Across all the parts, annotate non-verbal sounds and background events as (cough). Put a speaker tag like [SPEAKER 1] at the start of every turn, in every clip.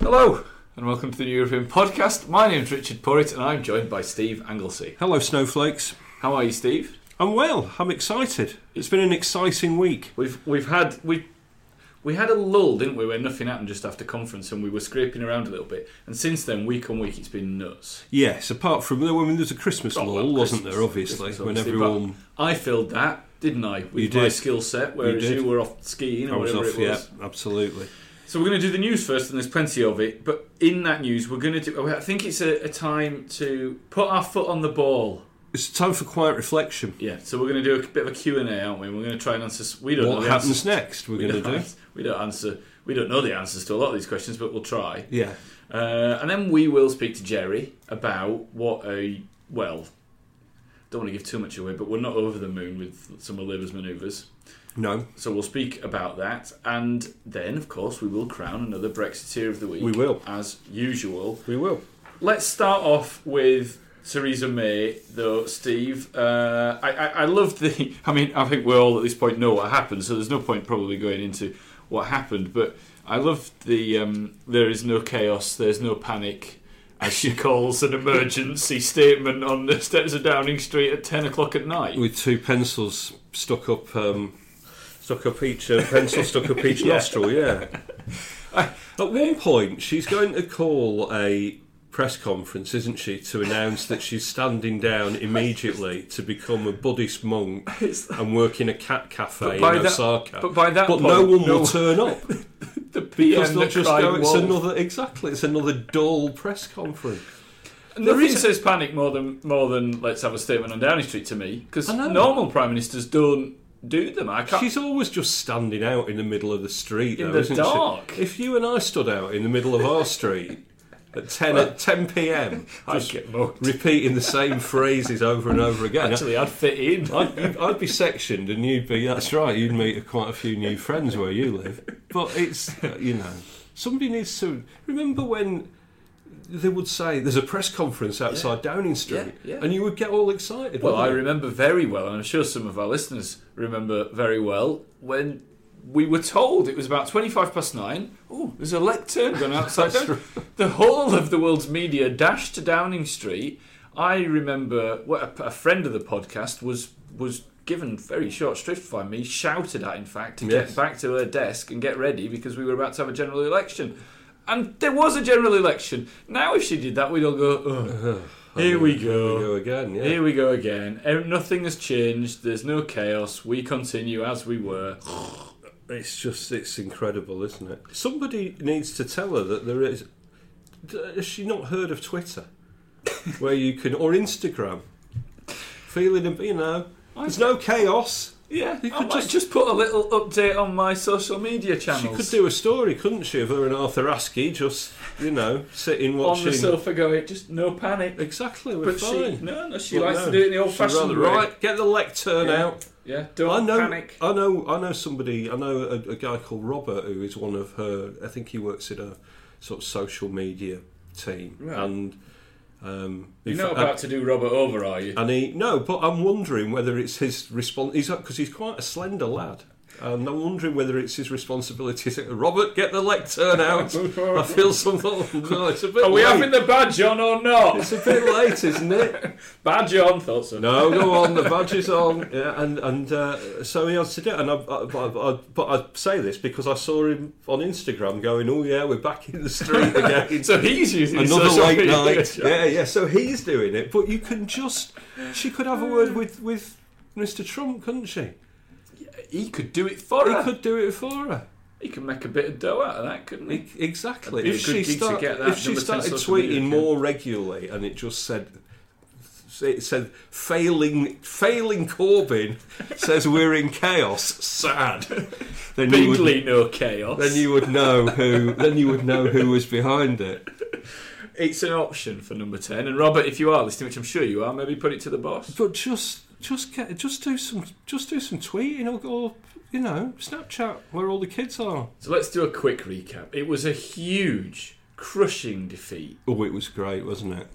[SPEAKER 1] Hello, and welcome to the New European Podcast. My name's Richard Porritt, and I'm joined by Steve Anglesey.
[SPEAKER 2] Hello, snowflakes.
[SPEAKER 1] How are you, Steve?
[SPEAKER 2] I'm well. I'm excited. It's been an exciting week.
[SPEAKER 1] We've we've had we we had a lull, didn't we, where nothing happened just after conference, and we were scraping around a little bit. And since then, week on week, it's been nuts.
[SPEAKER 2] Yes, apart from I mean, there's a Christmas
[SPEAKER 1] Oh,
[SPEAKER 2] lull,
[SPEAKER 1] well,
[SPEAKER 2] wasn't
[SPEAKER 1] Christmas-
[SPEAKER 2] there? Obviously,
[SPEAKER 1] Christmas,
[SPEAKER 2] when
[SPEAKER 1] obviously,
[SPEAKER 2] everyone
[SPEAKER 1] but I filled that, didn't I? With
[SPEAKER 2] You
[SPEAKER 1] my
[SPEAKER 2] did.
[SPEAKER 1] skill set, whereas you,
[SPEAKER 2] did.
[SPEAKER 1] were off skiing or
[SPEAKER 2] I was
[SPEAKER 1] whatever
[SPEAKER 2] off,
[SPEAKER 1] it
[SPEAKER 2] yeah,
[SPEAKER 1] was.
[SPEAKER 2] absolutely.
[SPEAKER 1] So we're going to do the news first, and there's plenty of it. But in that news, we're going to do. I think it's a, a time to put our foot on the ball.
[SPEAKER 2] It's time for quiet reflection.
[SPEAKER 1] Yeah, so we're going to do a bit of a Q&A, aren't we? We're going to try and answer... s- We don't know
[SPEAKER 2] What
[SPEAKER 1] the
[SPEAKER 2] happens
[SPEAKER 1] answers.
[SPEAKER 2] next? We're
[SPEAKER 1] We
[SPEAKER 2] going
[SPEAKER 1] don't
[SPEAKER 2] to do.
[SPEAKER 1] ans- We don't answer... We don't know the answers to a lot of these questions, but we'll try.
[SPEAKER 2] Yeah,
[SPEAKER 1] Uh, and then we will speak to Jerry about what a... Well, don't want to give too much away, but we're not over the moon with some of Labour's manoeuvres.
[SPEAKER 2] no,
[SPEAKER 1] So we'll speak about that. And then, of course, we will crown another Brexiteer of the Week.
[SPEAKER 2] We will.
[SPEAKER 1] As usual.
[SPEAKER 2] we will.
[SPEAKER 1] Let's start off with Theresa May, though, Steve. Uh, I, I, I loved the. (laughs) I mean, I think we all at this point know what happened, so there's no point probably going into what happened. But I loved the. Um, there is no chaos, there's no panic. As she (laughs) calls an emergency statement on the steps of Downing Street at 10 o'clock at night.
[SPEAKER 2] With two pencils stuck up, um, stuck up each uh, pencil, stuck up
[SPEAKER 1] (laughs)
[SPEAKER 2] each nostril. Yeah. At one point, she's going to call a press conference, isn't she, to announce that she's standing down immediately to become a Buddhist monk and work in a cat cafe in
[SPEAKER 1] by that-
[SPEAKER 2] Osaka.
[SPEAKER 1] but by that
[SPEAKER 2] no
[SPEAKER 1] point,
[SPEAKER 2] one
[SPEAKER 1] no-
[SPEAKER 2] will turn
[SPEAKER 1] (laughs)
[SPEAKER 2] up
[SPEAKER 1] the
[SPEAKER 2] because
[SPEAKER 1] PM,
[SPEAKER 2] they'll
[SPEAKER 1] the
[SPEAKER 2] just
[SPEAKER 1] cry
[SPEAKER 2] go. It's
[SPEAKER 1] wolf."
[SPEAKER 2] another exactly. It's another dull press conference.
[SPEAKER 1] Nothing says panic more than more than let's have a statement on Downing Street to me because
[SPEAKER 2] I know.
[SPEAKER 1] normal prime ministers don't do them. I can't.
[SPEAKER 2] She's always just standing out in the middle of the street,
[SPEAKER 1] In
[SPEAKER 2] though,
[SPEAKER 1] the
[SPEAKER 2] isn't
[SPEAKER 1] dark.
[SPEAKER 2] she? If you and I stood out in the middle of our street at ten at ten p.m.,
[SPEAKER 1] (laughs) I'd
[SPEAKER 2] just
[SPEAKER 1] get mugged.
[SPEAKER 2] repeating the same phrases over and over again.
[SPEAKER 1] Actually, I'd fit in.
[SPEAKER 2] I'd, I'd be sectioned, and you'd be. That's right. You'd meet quite a few new friends where you live. But it's you know, somebody needs to remember when they would say there's a press conference outside Downing Street,
[SPEAKER 1] Yeah, yeah.
[SPEAKER 2] and you would get all excited.
[SPEAKER 1] well, I
[SPEAKER 2] wouldn't you?
[SPEAKER 1] remember very well, and I'm sure some of our listeners remember very well when we were told it was about 25 past nine. Oh, there's a lectern
[SPEAKER 2] (laughs)
[SPEAKER 1] going outside.
[SPEAKER 2] That's right.
[SPEAKER 1] The whole of the world's media dashed to Downing Street. I remember what a, a friend of the podcast was was given very short shrift by me, shouted at, in fact, to
[SPEAKER 2] Yes.
[SPEAKER 1] get back to her desk and get ready because we were about to have a general election. And there was a general election. Now, if she did that, we'd all go,
[SPEAKER 2] (laughs)
[SPEAKER 1] oh, here we go.
[SPEAKER 2] Here we go again, yeah.
[SPEAKER 1] Here we go again. Eh, Nothing has changed. There's no chaos. We continue as we were.
[SPEAKER 2] It's just, it's incredible, isn't it? Somebody needs to tell her that there is. D- Has she not heard
[SPEAKER 1] (laughs)
[SPEAKER 2] of Twitter? Where you can, or Instagram. Feeling, a- you know, there's no chaos.
[SPEAKER 1] Yeah,
[SPEAKER 2] you
[SPEAKER 1] I
[SPEAKER 2] could
[SPEAKER 1] might
[SPEAKER 2] just.
[SPEAKER 1] just, put a little update on my social media
[SPEAKER 2] She
[SPEAKER 1] channels.
[SPEAKER 2] could do a story, couldn't she, of her and Arthur Askey just, you know, sitting watching.
[SPEAKER 1] on the sofa going, just no panic.
[SPEAKER 2] Exactly, we're
[SPEAKER 1] But
[SPEAKER 2] fine.
[SPEAKER 1] she, no, no, she
[SPEAKER 2] But
[SPEAKER 1] likes
[SPEAKER 2] no,
[SPEAKER 1] to do it in the
[SPEAKER 2] she'd rather,
[SPEAKER 1] old-fashioned way.
[SPEAKER 2] Right, get the lectern out.
[SPEAKER 1] Yeah, don't
[SPEAKER 2] I know,
[SPEAKER 1] panic.
[SPEAKER 2] I know, I know somebody. I know a, a guy called Robert who is one of her. I think he works in a sort of social media team,
[SPEAKER 1] Right.
[SPEAKER 2] and um,
[SPEAKER 1] You're
[SPEAKER 2] in
[SPEAKER 1] not
[SPEAKER 2] fact-
[SPEAKER 1] about to do Robert over, are you?
[SPEAKER 2] and he no, but I'm wondering whether it's his response. He's because he's quite a slender lad. And I'm wondering whether it's his responsibility to Robert, get the
[SPEAKER 1] (laughs)
[SPEAKER 2] lectern out. I feel something. No, it's a bit.
[SPEAKER 1] Are we
[SPEAKER 2] late.
[SPEAKER 1] having the badge on or not?
[SPEAKER 2] It's a bit late, isn't it?
[SPEAKER 1] (laughs) Badge on, thought so.
[SPEAKER 2] No, go on. The badge is on, yeah, and and uh, so he has to do it. And I, I, I, I, but I say this because I saw him on Instagram going, "Oh yeah, we're back in the street again."
[SPEAKER 1] (laughs) (laughs) So he's using
[SPEAKER 2] Another
[SPEAKER 1] social
[SPEAKER 2] late
[SPEAKER 1] media. (laughs)
[SPEAKER 2] night. Yeah, yeah. So he's doing it, but you can just. She could have a word with with Mr. Trump, couldn't she?
[SPEAKER 1] He could do it for
[SPEAKER 2] He
[SPEAKER 1] her.
[SPEAKER 2] could do it for her.
[SPEAKER 1] He could make a bit of dough out of that, couldn't he?
[SPEAKER 2] E- Exactly.
[SPEAKER 1] It'd be a
[SPEAKER 2] If
[SPEAKER 1] good
[SPEAKER 2] she,
[SPEAKER 1] gig to
[SPEAKER 2] start-
[SPEAKER 1] get that
[SPEAKER 2] if she
[SPEAKER 1] number 10
[SPEAKER 2] started
[SPEAKER 1] social media
[SPEAKER 2] tweeting
[SPEAKER 1] account.
[SPEAKER 2] more regularly and it just said, it said failing, failing Corbyn says we're in chaos, sad. (laughs) Then you would,
[SPEAKER 1] Bigly no chaos.
[SPEAKER 2] then you would know who. Then you would know who was behind it.
[SPEAKER 1] It's an option for number ten. And Robert, if you are listening, which I'm sure you are, maybe put it to the boss.
[SPEAKER 2] But just, just get, just do some, just do some tweeting or, or you know, Snapchat where all the kids are.
[SPEAKER 1] So let's do a quick recap. It was a huge, crushing defeat.
[SPEAKER 2] Oh, it was great, wasn't it?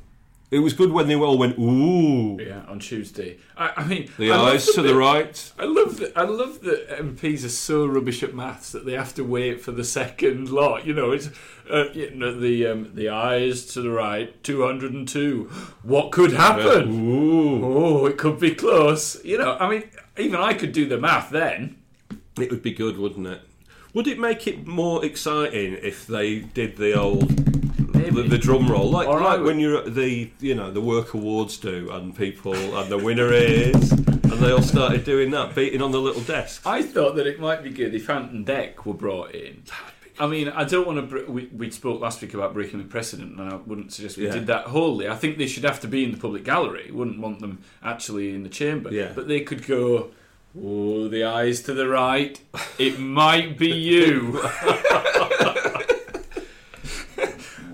[SPEAKER 2] It was good when they all went ooh.
[SPEAKER 1] Yeah, on Tuesday. I, I mean,
[SPEAKER 2] The
[SPEAKER 1] I love
[SPEAKER 2] eyes to the
[SPEAKER 1] bit-
[SPEAKER 2] right.
[SPEAKER 1] I love that. I love that MPs are so rubbish at maths that they have to wait for the second lot. You know, it's uh, you know, the um, the eyes to the right, two hundred and two. What could happen?
[SPEAKER 2] Ooh.
[SPEAKER 1] Oh, it could be close. You know, I mean, even I could do the math then.
[SPEAKER 2] It would be good, wouldn't it? Would it make it more exciting if they did the old the, the drum roll, like
[SPEAKER 1] All right.
[SPEAKER 2] like when you're at the you know the work awards do, and people and the winner is, and they all started doing that, beating on the little desk.
[SPEAKER 1] I thought that it might be good if Ant and Deck were brought in. I mean, I don't want to. Br- we, we spoke last week about breaking the precedent, and I wouldn't suggest we
[SPEAKER 2] Yeah.
[SPEAKER 1] did that wholly. I think they should have to be in the public gallery. Wouldn't want them actually in the chamber.
[SPEAKER 2] Yeah.
[SPEAKER 1] But they could go. Oh, the eyes to the (laughs) right. It might be you. (laughs)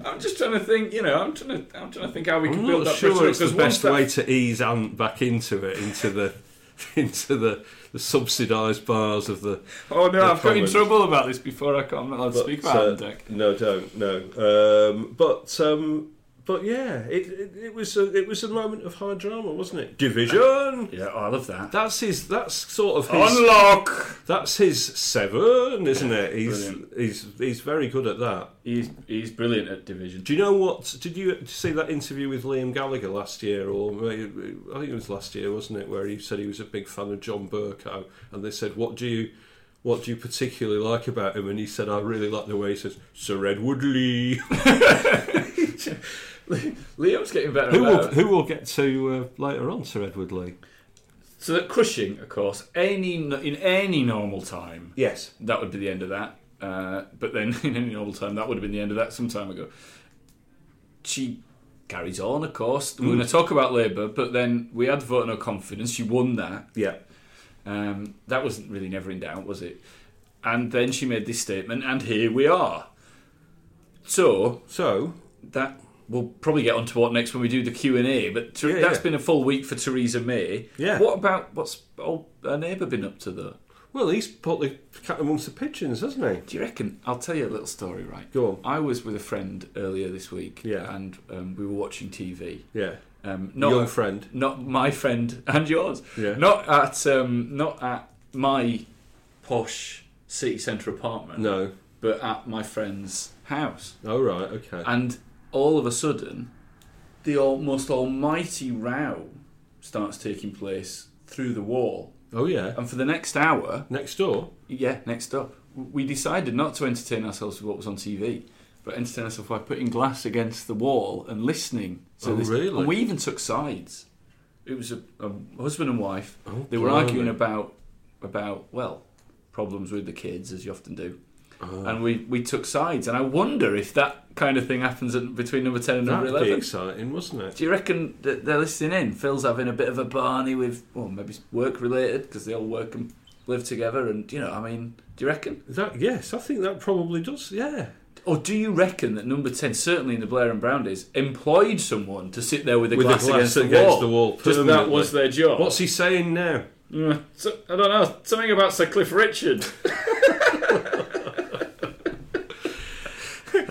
[SPEAKER 1] I'm just trying to think. You know, I'm trying to. I'm trying to think how we can
[SPEAKER 2] I'm
[SPEAKER 1] build
[SPEAKER 2] not
[SPEAKER 1] that
[SPEAKER 2] sure
[SPEAKER 1] precedent.
[SPEAKER 2] it's the
[SPEAKER 1] 'cause once
[SPEAKER 2] best
[SPEAKER 1] that-
[SPEAKER 2] way to ease Ant back into it, into the (laughs) into the, the subsidised bars of the.
[SPEAKER 1] Oh no,
[SPEAKER 2] the
[SPEAKER 1] I've got in
[SPEAKER 2] Commons.
[SPEAKER 1] trouble about this before. I can't, I'm not allowed to
[SPEAKER 2] But,
[SPEAKER 1] speak about
[SPEAKER 2] uh,
[SPEAKER 1] Ant and Deck.
[SPEAKER 2] No, don't no. Um, but um, but yeah, it, it, it was a, it was a moment of high drama, wasn't it? Division.
[SPEAKER 1] Yeah, oh, I love that.
[SPEAKER 2] That's his. That's sort of his.
[SPEAKER 1] Unlock.
[SPEAKER 2] That's his seven, isn't it? He's
[SPEAKER 1] Brilliant.
[SPEAKER 2] he's he's very good at that.
[SPEAKER 1] He's he's brilliant at division.
[SPEAKER 2] Do you know what? Did you see that interview with Liam Gallagher last year, or maybe- I think it was last year, wasn't it? Where he said he was a big fan of John Burko, and they said, "What do you, what do you particularly like about him?" And he said, "I really like the way he says Sir Edward Lee."
[SPEAKER 1] Liam's getting better. and
[SPEAKER 2] who will
[SPEAKER 1] better.
[SPEAKER 2] who will get to uh, later on, Sir Edward Lee?
[SPEAKER 1] So that crushing, of course, any in any normal time,
[SPEAKER 2] Yes,
[SPEAKER 1] that would be the end of that. Uh, but then (laughs) in any normal time, that would have been the end of that some time ago. She carries on, of course. We're going to talk about Labour, but then we had vote no confidence. She won that.
[SPEAKER 2] yeah,
[SPEAKER 1] Um, that wasn't really never in doubt, was it? And then she made this statement, and here we are. So
[SPEAKER 2] so
[SPEAKER 1] that we'll probably get onto what next when we do the Q and A. But Ther-
[SPEAKER 2] Yeah,
[SPEAKER 1] that's
[SPEAKER 2] yeah.
[SPEAKER 1] been a full week for Theresa May.
[SPEAKER 2] Yeah.
[SPEAKER 1] What about what's old our neighbour been up to though?
[SPEAKER 2] well, he's put the cat amongst the pigeons, hasn't he?
[SPEAKER 1] Do you reckon? I'll tell you a little story, right?
[SPEAKER 2] Go on.
[SPEAKER 1] I was with a friend earlier this week.
[SPEAKER 2] Yeah.
[SPEAKER 1] And um, we were watching TV.
[SPEAKER 2] Yeah,
[SPEAKER 1] Um, not
[SPEAKER 2] Young friend.
[SPEAKER 1] Not my friend (laughs) and yours.
[SPEAKER 2] Yeah.
[SPEAKER 1] Not at um, not at my posh city centre apartment.
[SPEAKER 2] no,
[SPEAKER 1] But at my friend's house.
[SPEAKER 2] oh right, okay,
[SPEAKER 1] And all of a sudden, the almost almighty row starts taking place through the wall.
[SPEAKER 2] oh yeah,
[SPEAKER 1] And for the next hour,
[SPEAKER 2] next door.
[SPEAKER 1] yeah, next up, we decided not to entertain ourselves with what was on TV, but entertain ourselves by putting glass against the wall and listening. to
[SPEAKER 2] Oh,
[SPEAKER 1] this.
[SPEAKER 2] really?
[SPEAKER 1] And we even took sides. It was a, a husband and wife.
[SPEAKER 2] Oh,
[SPEAKER 1] they were
[SPEAKER 2] blimey.
[SPEAKER 1] arguing about about well problems with the kids, as you often do.
[SPEAKER 2] Oh.
[SPEAKER 1] And we, we took sides, and I wonder if that kind of thing happens at, between number ten and number
[SPEAKER 2] That'd be
[SPEAKER 1] eleven.
[SPEAKER 2] exciting, wasn't it?
[SPEAKER 1] Do you reckon that they're listening in? Phil's having a bit of a barney with, well, maybe it's work related because they all work and live together. And you know, I mean, do you reckon?
[SPEAKER 2] That yes, I think that probably does. Yeah,
[SPEAKER 1] Or do you reckon that number ten, certainly in the Blair and Brown days, employed someone to sit there with a
[SPEAKER 2] With a
[SPEAKER 1] glass,
[SPEAKER 2] glass
[SPEAKER 1] against, the
[SPEAKER 2] against
[SPEAKER 1] wall?
[SPEAKER 2] the wall
[SPEAKER 1] Just that
[SPEAKER 2] permanently.
[SPEAKER 1] was their job.
[SPEAKER 2] What's he saying now?
[SPEAKER 1] Mm, so, I don't know. Something (laughs) about Sir Cliff Richard.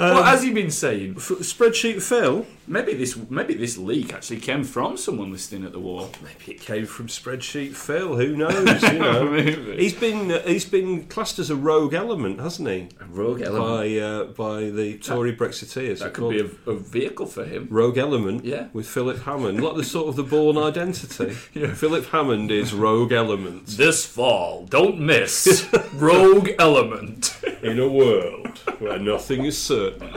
[SPEAKER 1] what has he been saying?
[SPEAKER 2] Um, F- spreadsheet Phil.
[SPEAKER 1] Maybe this maybe this leak actually came from someone listening at the wall.
[SPEAKER 2] Maybe it came from spreadsheet Phil. Who knows? (laughs) You know,
[SPEAKER 1] Maybe.
[SPEAKER 2] he's been uh, he's been classed as a rogue element, hasn't he?
[SPEAKER 1] rogue
[SPEAKER 2] By uh, by the Tory Brexiteers.
[SPEAKER 1] That could be a, a vehicle for him.
[SPEAKER 2] rogue element.
[SPEAKER 1] Yeah.
[SPEAKER 2] with Philip Hammond, like the sort of the Born Identity. Philip Hammond is rogue element
[SPEAKER 1] This fall, don't
[SPEAKER 2] (laughs)
[SPEAKER 1] miss Rogue Element.
[SPEAKER 2] in a world where nothing is certain.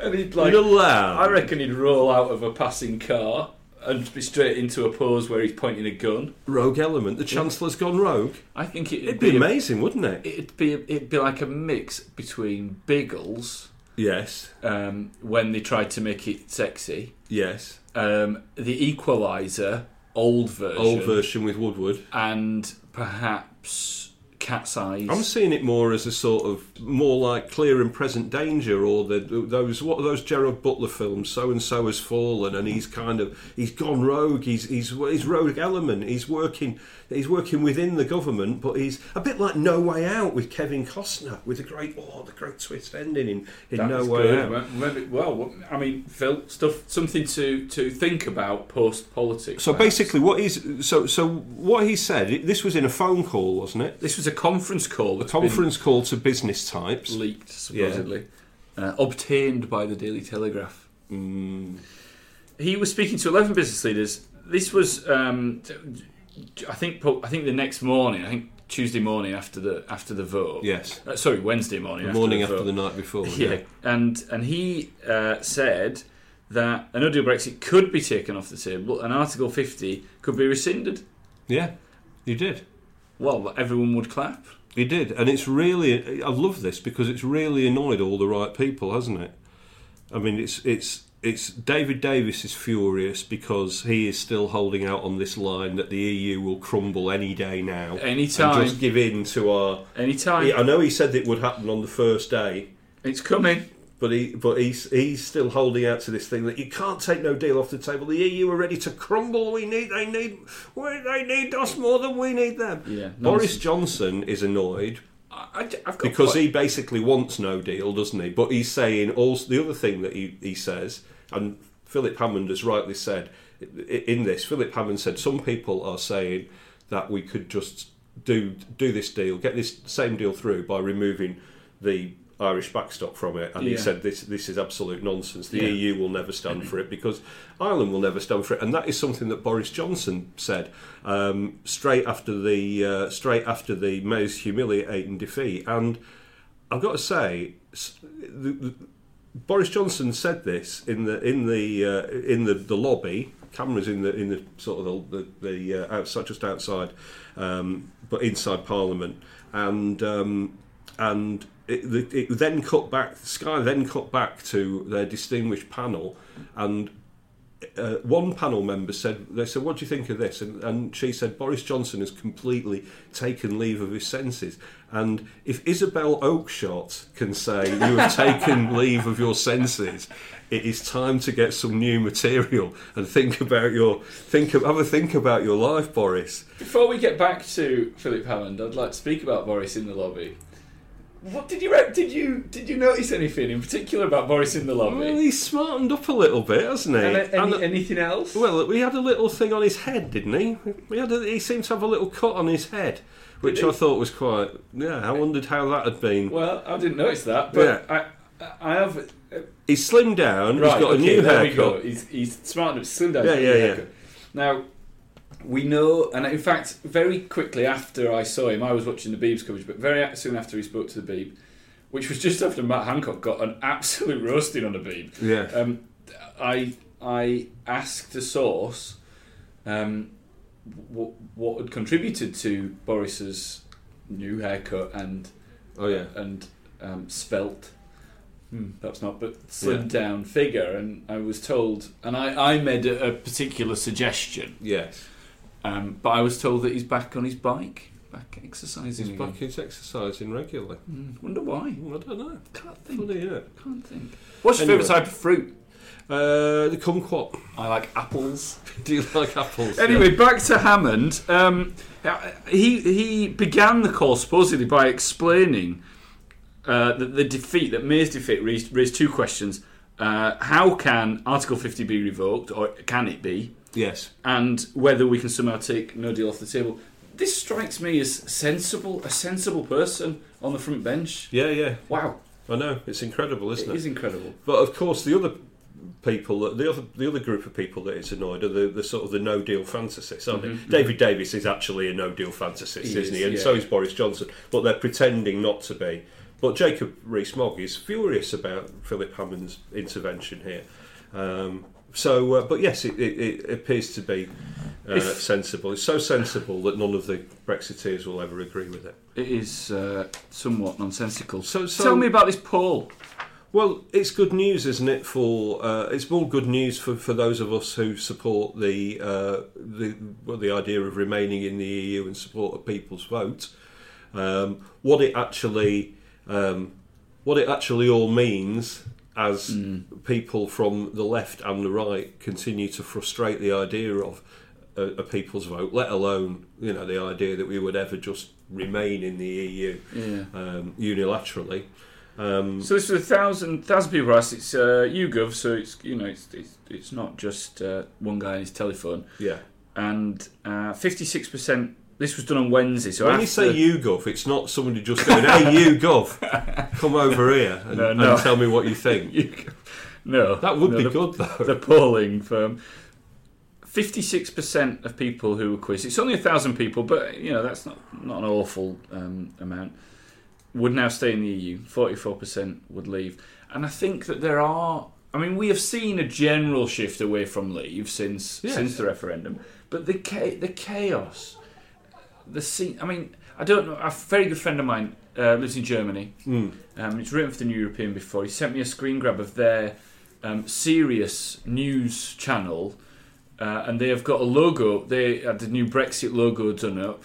[SPEAKER 1] and he'd
[SPEAKER 2] In
[SPEAKER 1] like,
[SPEAKER 2] a land.
[SPEAKER 1] I reckon he'd roll out of a passing car and be straight into a pose where he's pointing a gun.
[SPEAKER 2] Rogue element. The Chancellor's gone rogue.
[SPEAKER 1] I think it'd,
[SPEAKER 2] It'd be
[SPEAKER 1] a-
[SPEAKER 2] amazing, wouldn't it?
[SPEAKER 1] It'd be it'd be like a mix between Biggles
[SPEAKER 2] Yes.
[SPEAKER 1] um, when they tried to make it sexy,
[SPEAKER 2] Yes.
[SPEAKER 1] um, the Equalizer old version,
[SPEAKER 2] Old version with Woodward.
[SPEAKER 1] and perhaps Cat's Eyes.
[SPEAKER 2] I'm seeing it more as a sort of more like Clear and Present Danger, or the those what are those Gerald Butler films? So and so has fallen, and he's kind of he's gone rogue. He's he's he's rogue element. He's working he's working within the government, but he's a bit like No Way Out with Kevin Costner with the great oh the great twist ending in, in
[SPEAKER 1] That
[SPEAKER 2] No
[SPEAKER 1] was
[SPEAKER 2] Way
[SPEAKER 1] good.
[SPEAKER 2] Out.
[SPEAKER 1] Well, Maybe, well, I mean, Phil, stuff something to to think about post politics.
[SPEAKER 2] So basically, what he's so so what he said. This was in a phone call, wasn't it?
[SPEAKER 1] this was a conference call.
[SPEAKER 2] A
[SPEAKER 1] that's been
[SPEAKER 2] conference call to business types.
[SPEAKER 1] leaked supposedly, uh, obtained by the Daily Telegraph.
[SPEAKER 2] Mm.
[SPEAKER 1] He was speaking to eleven business leaders. This was, um, t- I think, po- I think the next morning. I think Tuesday morning after the after the vote.
[SPEAKER 2] Yes.
[SPEAKER 1] Uh, sorry, Wednesday morning.
[SPEAKER 2] The morning after
[SPEAKER 1] vote.
[SPEAKER 2] the night
[SPEAKER 1] (laughs)
[SPEAKER 2] before.
[SPEAKER 1] Yeah, and and he uh, said that a no deal Brexit could be taken off the table and Article 50 could be rescinded.
[SPEAKER 2] yeah, you did.
[SPEAKER 1] Well, everyone would clap.
[SPEAKER 2] He did, and it's really I love this because it's really annoyed all the right people, hasn't it? I mean, it's it's it's David Davis is furious because he is still holding out on this line that the EU will crumble any day now,
[SPEAKER 1] Any
[SPEAKER 2] and
[SPEAKER 1] time.
[SPEAKER 2] just give in to our.
[SPEAKER 1] Anytime.
[SPEAKER 2] I know he said it would happen on the first day,
[SPEAKER 1] It's coming.
[SPEAKER 2] but he but he's he's still holding out to this thing that you can't take no deal off the table. The EU are ready to crumble. We need they need we, they need us more than we need them.
[SPEAKER 1] Yeah,
[SPEAKER 2] Boris
[SPEAKER 1] nonsense.
[SPEAKER 2] Johnson is annoyed
[SPEAKER 1] I, I, have got
[SPEAKER 2] because
[SPEAKER 1] quite-
[SPEAKER 2] he basically wants no deal, doesn't he? But he's saying also the other thing that he, he says, and Philip Hammond has rightly said i- in this. Philip Hammond said some people are saying that we could just do do this deal, get this same deal through by removing the Irish backstop from it, and he
[SPEAKER 1] Yeah.
[SPEAKER 2] said this this is absolute nonsense. The
[SPEAKER 1] Yeah.
[SPEAKER 2] EU will never stand for it because Ireland will never stand for it, and that is something that Boris Johnson said um, straight after the uh, straight after the May's humiliating defeat. And I've got to say, s- the, the, Boris Johnson said this in the in the uh, in the, the lobby. Cameras in the in the sort of the the, the uh, outside, just outside, um, but inside Parliament, and um, and it, the- it then cut back. Sky then cut back to their distinguished panel, and uh, one panel member said, "They said, what do you think of this?" And, and she said, "Boris Johnson has completely taken leave of his senses." And if Isabel Oakshott can say, "You
[SPEAKER 1] (laughs)
[SPEAKER 2] have taken leave of your senses," it is time to get some new material and think about your think. Have a think about your life, Boris.
[SPEAKER 1] Before we get back to Philip Hammond, I'd like to speak about Boris in the lobby. What did you rec- did you did you notice anything in particular about Boris in the
[SPEAKER 2] Well,
[SPEAKER 1] lobby?
[SPEAKER 2] he's smartened up a little bit, hasn't he?
[SPEAKER 1] And, uh, any-
[SPEAKER 2] And-
[SPEAKER 1] anything else?
[SPEAKER 2] Well, he had a little thing on his head, didn't he? He had a, he seemed to have a little cut on his head, which
[SPEAKER 1] Did he?
[SPEAKER 2] I thought was quite. Yeah, I wondered how that had been.
[SPEAKER 1] Well, I didn't notice that, but I I have
[SPEAKER 2] he's slimmed down.
[SPEAKER 1] right.
[SPEAKER 2] he's got
[SPEAKER 1] okay,
[SPEAKER 2] a new
[SPEAKER 1] there we
[SPEAKER 2] haircut.
[SPEAKER 1] go. He's he's smart enough, slimmed down.
[SPEAKER 2] Yeah,
[SPEAKER 1] he's
[SPEAKER 2] yeah,
[SPEAKER 1] got a
[SPEAKER 2] yeah.
[SPEAKER 1] haircut. Now we know, and in fact, very quickly after I saw him, I was watching the Beebs coverage, but very soon after he spoke to the Beeb, which was just after Matt Hancock got an absolute (laughs) roasting on the Beeb.
[SPEAKER 2] Yeah.
[SPEAKER 1] Um, I I asked the source um, what what had contributed to Boris's new haircut and
[SPEAKER 2] Oh yeah.
[SPEAKER 1] and um, svelte. Hmm, perhaps not, but slimmed down figure, and I was told, and I, I made a, a particular suggestion,
[SPEAKER 2] Yes.
[SPEAKER 1] um, but I was told that he's back on his bike, back exercising.
[SPEAKER 2] He's
[SPEAKER 1] again.
[SPEAKER 2] back. He's exercising regularly. Mm,
[SPEAKER 1] Wonder why?
[SPEAKER 2] I don't know.
[SPEAKER 1] Can't think.
[SPEAKER 2] Funny, yeah.
[SPEAKER 1] Can't think. What's your
[SPEAKER 2] Anyway.
[SPEAKER 1] favourite type of fruit?
[SPEAKER 2] Uh, the kumquat.
[SPEAKER 1] I like apples.
[SPEAKER 2] (laughs) Do you like apples?
[SPEAKER 1] Anyway, back to Hammond. Um, he he began the call supposedly by explaining uh, the, the defeat that May's defeat raised, raised two questions: uh, how can Article 50 be revoked, or can it be?
[SPEAKER 2] Yes.
[SPEAKER 1] and whether we can somehow take no deal off the table. This strikes me as sensible, a sensible person on the front bench.
[SPEAKER 2] Yeah, yeah.
[SPEAKER 1] Wow,
[SPEAKER 2] I know. It's incredible,
[SPEAKER 1] it
[SPEAKER 2] isn't it?
[SPEAKER 1] is incredible.
[SPEAKER 2] But of course, the other people, that- the other the other group of people that it's annoyed are the, the sort of the No Deal fantasists, aren't they? David Davis is actually a No Deal fantasist,
[SPEAKER 1] He
[SPEAKER 2] isn't
[SPEAKER 1] is,
[SPEAKER 2] he? And
[SPEAKER 1] yeah.
[SPEAKER 2] so is Boris Johnson, but they're pretending not to be. But Jacob Rees-Mogg is furious about Philip Hammond's intervention here. Um, so, uh, but yes, it, it, it appears to be uh, sensible. It's so sensible that none of the Brexiteers will ever agree with it.
[SPEAKER 1] It is uh, somewhat nonsensical.
[SPEAKER 2] So- so-
[SPEAKER 1] tell me about this poll.
[SPEAKER 2] Well, it's good news, isn't it? For uh, it's more good news for, for those of us who support the uh, the well, the idea of remaining in the EU and support a people's vote. Um, what it actually um, what it actually all means as people from the left and the right continue to frustrate the idea of a, a people's vote, let alone you know the idea that we would ever just remain in the EU um, unilaterally.
[SPEAKER 1] So this was a thousand thousand people asked. It's uh, YouGov, so it's you know it's it's, it's not just uh, one guy and his telephone.
[SPEAKER 2] Yeah.
[SPEAKER 1] And fifty six percent. This was done on Wednesday. So
[SPEAKER 2] When
[SPEAKER 1] after,
[SPEAKER 2] you say YouGov, it's not somebody just going, hey,
[SPEAKER 1] (laughs)
[SPEAKER 2] YouGov, come over here and,
[SPEAKER 1] No, no.
[SPEAKER 2] and tell me what you think.
[SPEAKER 1] YouGov. (laughs) no,
[SPEAKER 2] That would
[SPEAKER 1] no,
[SPEAKER 2] be
[SPEAKER 1] the- (laughs)
[SPEAKER 2] good, though.
[SPEAKER 1] the polling firm. Fifty-six percent of people who were quizzed. It's only a thousand people, but you know that's not not an awful um, amount. Would now stay in the EU. Forty-four percent would leave, and I think that there are. I mean, we have seen a general shift away from leave since
[SPEAKER 2] Yes.
[SPEAKER 1] since the referendum, but the cha- the chaos, the scene. I mean, I don't know. A very good friend of mine uh, lives in Germany.
[SPEAKER 2] Hmm.
[SPEAKER 1] Um, he's written for the New European before. He sent me a screen grab of their um, serious news channel, uh, and they have got a logo. They had the new Brexit logo done up,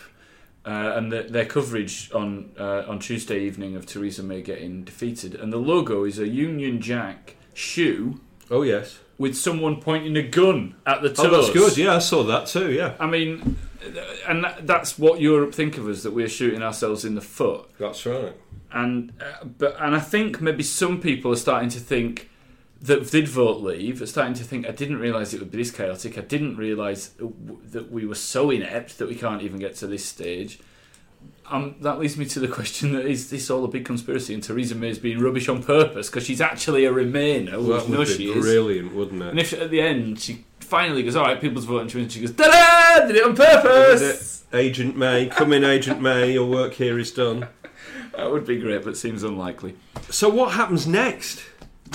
[SPEAKER 1] uh, and the, their coverage on uh, on Tuesday evening of Theresa May getting defeated. And the logo is a Union Jack shoe
[SPEAKER 2] Oh, yes.
[SPEAKER 1] with someone pointing a gun at the toes.
[SPEAKER 2] Oh, that's good. Yeah, I saw that too, yeah.
[SPEAKER 1] I mean, and that, that's what Europe think of us that we're shooting ourselves in the foot
[SPEAKER 2] That's right.
[SPEAKER 1] and uh, but and I think maybe some people are starting to think that did vote leave are starting to think I didn't realise it would be this chaotic. I didn't realise w- that we were so inept that we can't even get to this stage. Um, that leads me to the question: that Is this all a big conspiracy? And Theresa May is being rubbish on purpose because she's actually a Remainer.
[SPEAKER 2] Well,
[SPEAKER 1] Well,
[SPEAKER 2] that
[SPEAKER 1] we know
[SPEAKER 2] would
[SPEAKER 1] she
[SPEAKER 2] be
[SPEAKER 1] is.
[SPEAKER 2] brilliant, wouldn't it?
[SPEAKER 1] And if at the end she finally goes, "All right, people's voting," she wins, she goes, "Da da! Did it on purpose."
[SPEAKER 2] Agent May, come in, Agent May, your work here is done.
[SPEAKER 1] That would be great, but seems unlikely.
[SPEAKER 2] So, what happens next?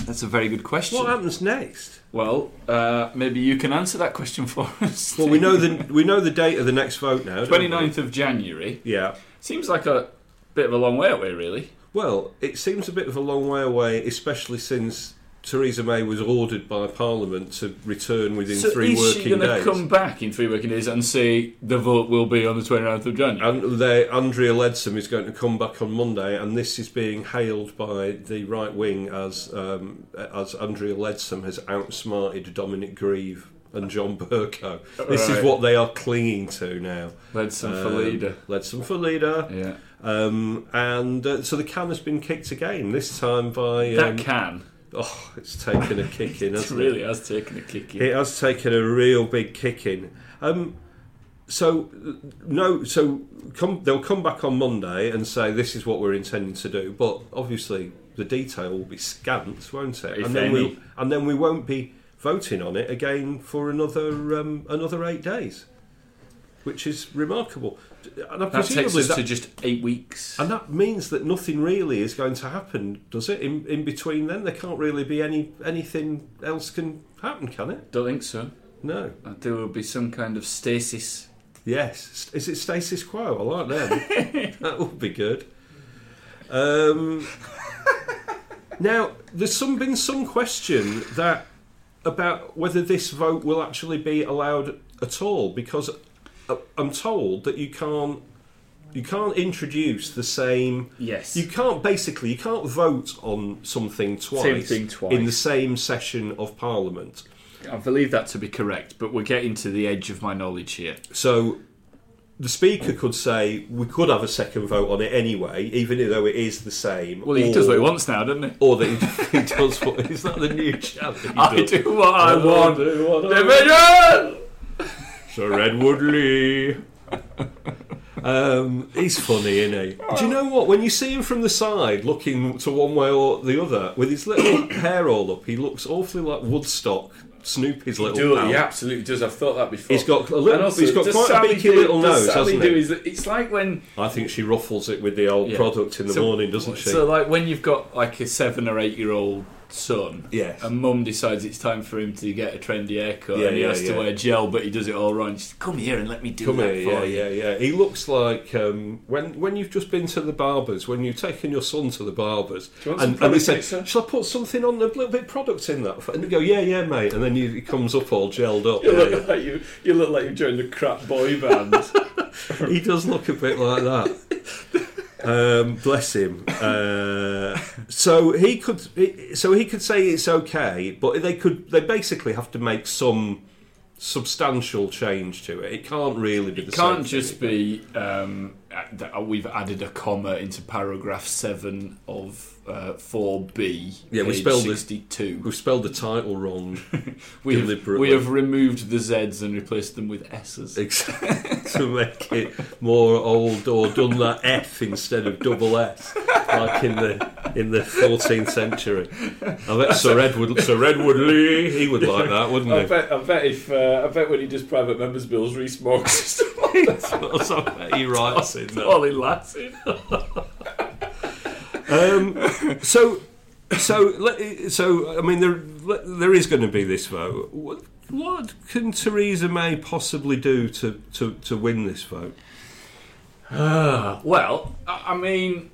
[SPEAKER 1] That's a very good question.
[SPEAKER 2] What happens next?
[SPEAKER 1] Well, uh, maybe you can answer that question for us.
[SPEAKER 2] Well, we know the we know the date of the next vote now. don't we?
[SPEAKER 1] 29th of January.
[SPEAKER 2] Yeah.
[SPEAKER 1] Seems like a bit of a long way away, really.
[SPEAKER 2] Well, it seems a bit of a long way away, especially since Theresa May was ordered by Parliament to return within
[SPEAKER 1] so
[SPEAKER 2] three
[SPEAKER 1] is she
[SPEAKER 2] working
[SPEAKER 1] going to
[SPEAKER 2] days.
[SPEAKER 1] come back in three working days and say the vote will be on the 29th of January?
[SPEAKER 2] And they, Andrea Leadsom is going to come back on Monday, and this is being hailed by the right wing as um, as Andrea Leadsom has outsmarted Dominic Grieve and John Burko. This
[SPEAKER 1] Right.
[SPEAKER 2] is what they are clinging to now.
[SPEAKER 1] Leadsom for leader.
[SPEAKER 2] Leadsom for leader.
[SPEAKER 1] Yeah.
[SPEAKER 2] Um, and uh, so the can has been kicked again. This time by um,
[SPEAKER 1] that can.
[SPEAKER 2] oh, it's
[SPEAKER 1] (laughs)
[SPEAKER 2] taken a kick in,
[SPEAKER 1] It
[SPEAKER 2] hasn't it?
[SPEAKER 1] really has taken a kick in.
[SPEAKER 2] It has taken a real big kick in. Um, so no, so come, they'll come back on Monday and say this is what we're intending to do, but obviously the detail will be scant, won't it?
[SPEAKER 1] If
[SPEAKER 2] and then
[SPEAKER 1] any.
[SPEAKER 2] we and then we won't be voting on it again for another um, another eight days, which is remarkable. And I
[SPEAKER 1] That takes
[SPEAKER 2] presumably
[SPEAKER 1] us
[SPEAKER 2] that-
[SPEAKER 1] to just eight weeks.
[SPEAKER 2] and that means that nothing really is going to happen, does it? In, in between then, there can't really be any anything else can happen, can it?
[SPEAKER 1] Don't think so.
[SPEAKER 2] No.
[SPEAKER 1] Uh, There will be some kind of stasis.
[SPEAKER 2] Yes. Is it stasis quo? I
[SPEAKER 1] (laughs)
[SPEAKER 2] like them. that would be good. Um, now, there's some, been some question that about whether this vote will actually be allowed at all, because I- I'm told that you can't you can't introduce the same.
[SPEAKER 1] Yes.
[SPEAKER 2] You can't basically you can't vote on something twice,
[SPEAKER 1] thing twice.
[SPEAKER 2] in the same session of Parliament.
[SPEAKER 1] I believe that to be correct, but we're getting to the edge of my knowledge here.
[SPEAKER 2] So the speaker could say we could have a second vote on it anyway, even though it is the same.
[SPEAKER 1] Well, he
[SPEAKER 2] or-
[SPEAKER 1] does what he wants now, doesn't he?
[SPEAKER 2] Or that he, (laughs) he does what is that the new challenge?
[SPEAKER 1] (laughs) I do what I want.
[SPEAKER 2] Oh, do what I want.
[SPEAKER 1] Division!
[SPEAKER 2] Sir Redwood Lee. Um, he's funny, isn't he? Do you know what? When you see him from the side, looking to one way or the other, with his little (coughs) hair all up, he looks awfully like Woodstock, Snoopy's little
[SPEAKER 1] Do
[SPEAKER 2] pal.
[SPEAKER 1] he absolutely does? I've thought that before.
[SPEAKER 2] He's got a little-
[SPEAKER 1] And also,
[SPEAKER 2] he's got
[SPEAKER 1] does
[SPEAKER 2] quite a
[SPEAKER 1] Sally
[SPEAKER 2] beaky
[SPEAKER 1] do-
[SPEAKER 2] little
[SPEAKER 1] does
[SPEAKER 2] nose,
[SPEAKER 1] Sally
[SPEAKER 2] hasn't
[SPEAKER 1] do
[SPEAKER 2] he?
[SPEAKER 1] his- It's like when
[SPEAKER 2] I think she ruffles it with the old
[SPEAKER 1] Yeah.
[SPEAKER 2] product in the
[SPEAKER 1] So-
[SPEAKER 2] morning, doesn't she?
[SPEAKER 1] So, like when you've got like a seven or eight year old son,
[SPEAKER 2] Yes.
[SPEAKER 1] and mum decides it's time for him to get a trendy haircut,
[SPEAKER 2] Yeah,
[SPEAKER 1] and he
[SPEAKER 2] yeah,
[SPEAKER 1] has
[SPEAKER 2] yeah.
[SPEAKER 1] to wear gel, but he does it all wrong. She's come here and let me do
[SPEAKER 2] Come
[SPEAKER 1] that
[SPEAKER 2] here, yeah,
[SPEAKER 1] for you.
[SPEAKER 2] yeah, yeah. He looks like um, when when you've just been to the barbers, when you've taken your son to the barbers,
[SPEAKER 1] you want
[SPEAKER 2] and,
[SPEAKER 1] some
[SPEAKER 2] and they
[SPEAKER 1] product
[SPEAKER 2] say,
[SPEAKER 1] mixer?
[SPEAKER 2] "Shall I put something on a little bit of product in that?" And they go, "Yeah, yeah, mate." And then you, he comes up all gelled up.
[SPEAKER 1] You
[SPEAKER 2] Yeah,
[SPEAKER 1] look like you. You look like you joined a crap boy band.
[SPEAKER 2] yeah. (laughs) He does look a bit like that.
[SPEAKER 1] (laughs)
[SPEAKER 2] Um, bless him. Uh, so he could, he- so he could say it's okay, but they could, they basically have to make some substantial change to it. It can't really be. the same
[SPEAKER 1] (laughs) Can't
[SPEAKER 2] thing.
[SPEAKER 1] just be um, that we've added a comma into paragraph seven of uh, four B.
[SPEAKER 2] Yeah, we
[SPEAKER 1] page
[SPEAKER 2] spelled it-
[SPEAKER 1] sixty-two.
[SPEAKER 2] We've spelled the
[SPEAKER 1] (laughs)
[SPEAKER 2] title wrong.
[SPEAKER 1] We have,
[SPEAKER 2] deliberately.
[SPEAKER 1] we have removed the Zs and replaced them with Ss.
[SPEAKER 2] (laughs) to make it more old or done that F instead of double S, like in the in the 14th century. I bet Sir Edward Sir Edward Lee he would like that,
[SPEAKER 1] I
[SPEAKER 2] wouldn't he?
[SPEAKER 1] bet, I bet if uh, I bet when he does private members' bills, Reese Moggs system (laughs) like that.
[SPEAKER 2] (laughs) That's I bet he writes in that.
[SPEAKER 1] All in Latin.
[SPEAKER 2] Um, So, so, let- so I mean, there there is going to be this vote. What, what can Theresa May possibly do to, to, to win this vote?
[SPEAKER 1] Well, I I mean,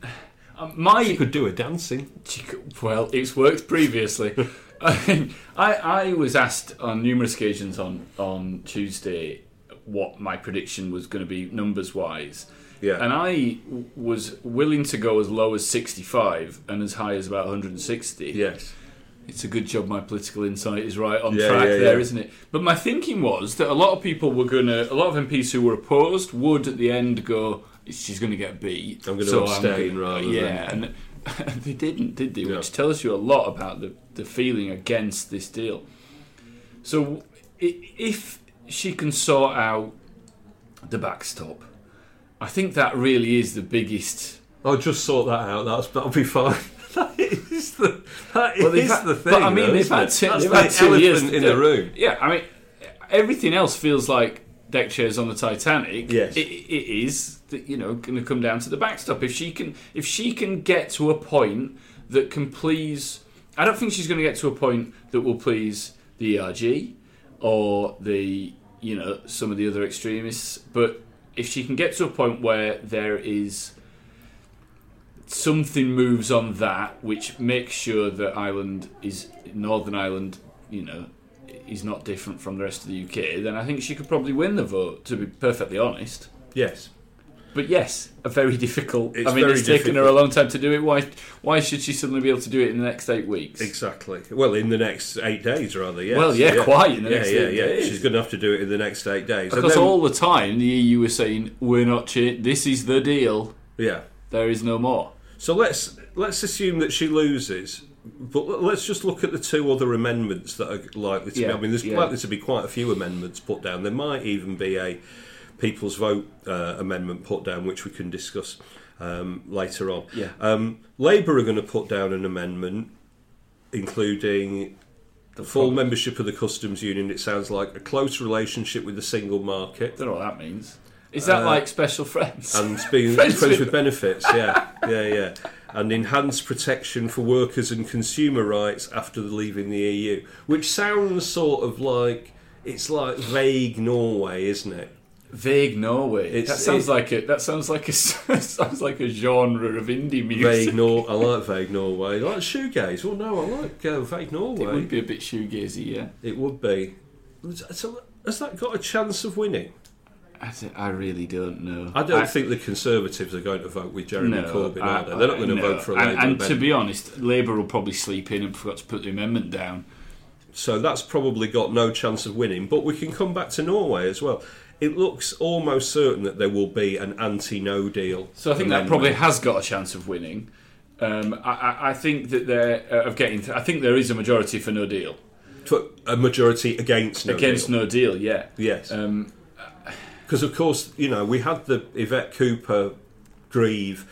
[SPEAKER 1] uh, my
[SPEAKER 2] She could do a dancing.
[SPEAKER 1] Chico- Well, it's worked previously. (laughs) I, mean, I I was asked on numerous occasions on on Tuesday what my prediction was going to be numbers wise.
[SPEAKER 2] Yeah.
[SPEAKER 1] And I w- was willing to go as low as 65 and as high as about 160.
[SPEAKER 2] Yes.
[SPEAKER 1] It's a good job my political insight is right on
[SPEAKER 2] Yeah,
[SPEAKER 1] track
[SPEAKER 2] yeah,
[SPEAKER 1] there,
[SPEAKER 2] yeah.
[SPEAKER 1] not it? But my thinking was that a lot of people were going to, a lot of MPs who were opposed would at the end go, she's going to get beat.
[SPEAKER 2] I'm gonna
[SPEAKER 1] so
[SPEAKER 2] abstain
[SPEAKER 1] gonna-"
[SPEAKER 2] rather
[SPEAKER 1] Yeah, and (laughs) they didn't, did they?
[SPEAKER 2] No.
[SPEAKER 1] Which tells you a lot about the, the feeling against this deal. So i- if she can sort out the backstop, I think that really is the biggest
[SPEAKER 2] I'll just sort that out. That's that'll be fine. (laughs) that is the that is
[SPEAKER 1] Well, they've had-
[SPEAKER 2] the thing.
[SPEAKER 1] But I mean,
[SPEAKER 2] though,
[SPEAKER 1] they've
[SPEAKER 2] isn't
[SPEAKER 1] had
[SPEAKER 2] it?
[SPEAKER 1] two,
[SPEAKER 2] That's
[SPEAKER 1] they've
[SPEAKER 2] the
[SPEAKER 1] had two
[SPEAKER 2] elephant
[SPEAKER 1] years
[SPEAKER 2] in the room.
[SPEAKER 1] Yeah, I mean, everything else feels like deck chairs on the Titanic.
[SPEAKER 2] Yes.
[SPEAKER 1] it, it is that you know going to come down to the backstop. If she can, if she can get to a point that can please, I don't think she's going to get to a point that will please the ERG or the you know some of the other extremists. But if she can get to a point where there is something moves on that which makes sure that Ireland is Northern Ireland, you know, is not different from the rest of the UK, then I think she could probably win the vote. To be perfectly honest.
[SPEAKER 2] Yes.
[SPEAKER 1] But yes, a very (laughs) difficult.
[SPEAKER 2] It's
[SPEAKER 1] I mean,
[SPEAKER 2] very
[SPEAKER 1] it's taken her a
[SPEAKER 2] difficult.
[SPEAKER 1] long time to do it. Why? Why should she suddenly be able to do it in the next eight weeks?
[SPEAKER 2] Exactly. Well, in the next eight days, rather. Yes.
[SPEAKER 1] Well, yeah, quite in the next
[SPEAKER 2] yeah,
[SPEAKER 1] eight
[SPEAKER 2] yeah.
[SPEAKER 1] days.
[SPEAKER 2] She's going to have to do it in the next eight days. And
[SPEAKER 1] Because
[SPEAKER 2] then-
[SPEAKER 1] all the time the EU was saying we're not. Cha- this is the deal.
[SPEAKER 2] Yeah.
[SPEAKER 1] There is no more.
[SPEAKER 2] So let's let's assume that she loses, but l- let's just look at the two other amendments that are likely to
[SPEAKER 1] Yeah,
[SPEAKER 2] be. I mean, there's
[SPEAKER 1] yeah.
[SPEAKER 2] likely to be quite a few amendments put down. There might even be a people's vote uh, amendment put down, which we can discuss um, later on.
[SPEAKER 1] Yeah.
[SPEAKER 2] Um, Labour are going to put down an amendment including the full membership of the customs union. It sounds like a close relationship with the single market.
[SPEAKER 1] don't know what that means. Is that like special friends?
[SPEAKER 2] Uh, and being (laughs) friends,
[SPEAKER 1] (laughs) Friends with-
[SPEAKER 2] with benefits. Yeah, yeah, yeah. And enhanced protection for workers and consumer rights after leaving the EU, which sounds sort of like it's like vague Norway, isn't it?
[SPEAKER 1] Vague Norway.
[SPEAKER 2] It's-
[SPEAKER 1] that sounds
[SPEAKER 2] it-
[SPEAKER 1] like a that sounds like a (laughs) sounds like a genre of indie music.
[SPEAKER 2] Vague Nor. I like vague Norway. I like shoegaze. Well, no, I like uh, vague Norway.
[SPEAKER 1] It would be a bit shoegazy, yeah.
[SPEAKER 2] be. So has that got a chance of winning?
[SPEAKER 1] I, d- I really don't know.
[SPEAKER 2] I don't think the Conservatives are going to vote with Jeremy Corbyn,
[SPEAKER 1] I-
[SPEAKER 2] are they? They're not going to
[SPEAKER 1] no.
[SPEAKER 2] vote for a
[SPEAKER 1] And,
[SPEAKER 2] Labour
[SPEAKER 1] and to
[SPEAKER 2] amendment.
[SPEAKER 1] be honest, Labour will probably sleep in and forgot to put the amendment down.
[SPEAKER 2] So that's probably got no chance of winning. But we can come back to Norway as well. it looks almost certain that there will be an anti-no deal.
[SPEAKER 1] So I think that probably has got a chance of winning. Um, I, I, I think that they're uh, of getting. I think there is a majority for no deal
[SPEAKER 2] probably a majority against no
[SPEAKER 1] against
[SPEAKER 2] deal.
[SPEAKER 1] no deal. Yeah,
[SPEAKER 2] Yes,
[SPEAKER 1] um,
[SPEAKER 2] because of course you know we had the Yvette Cooper, Grieve,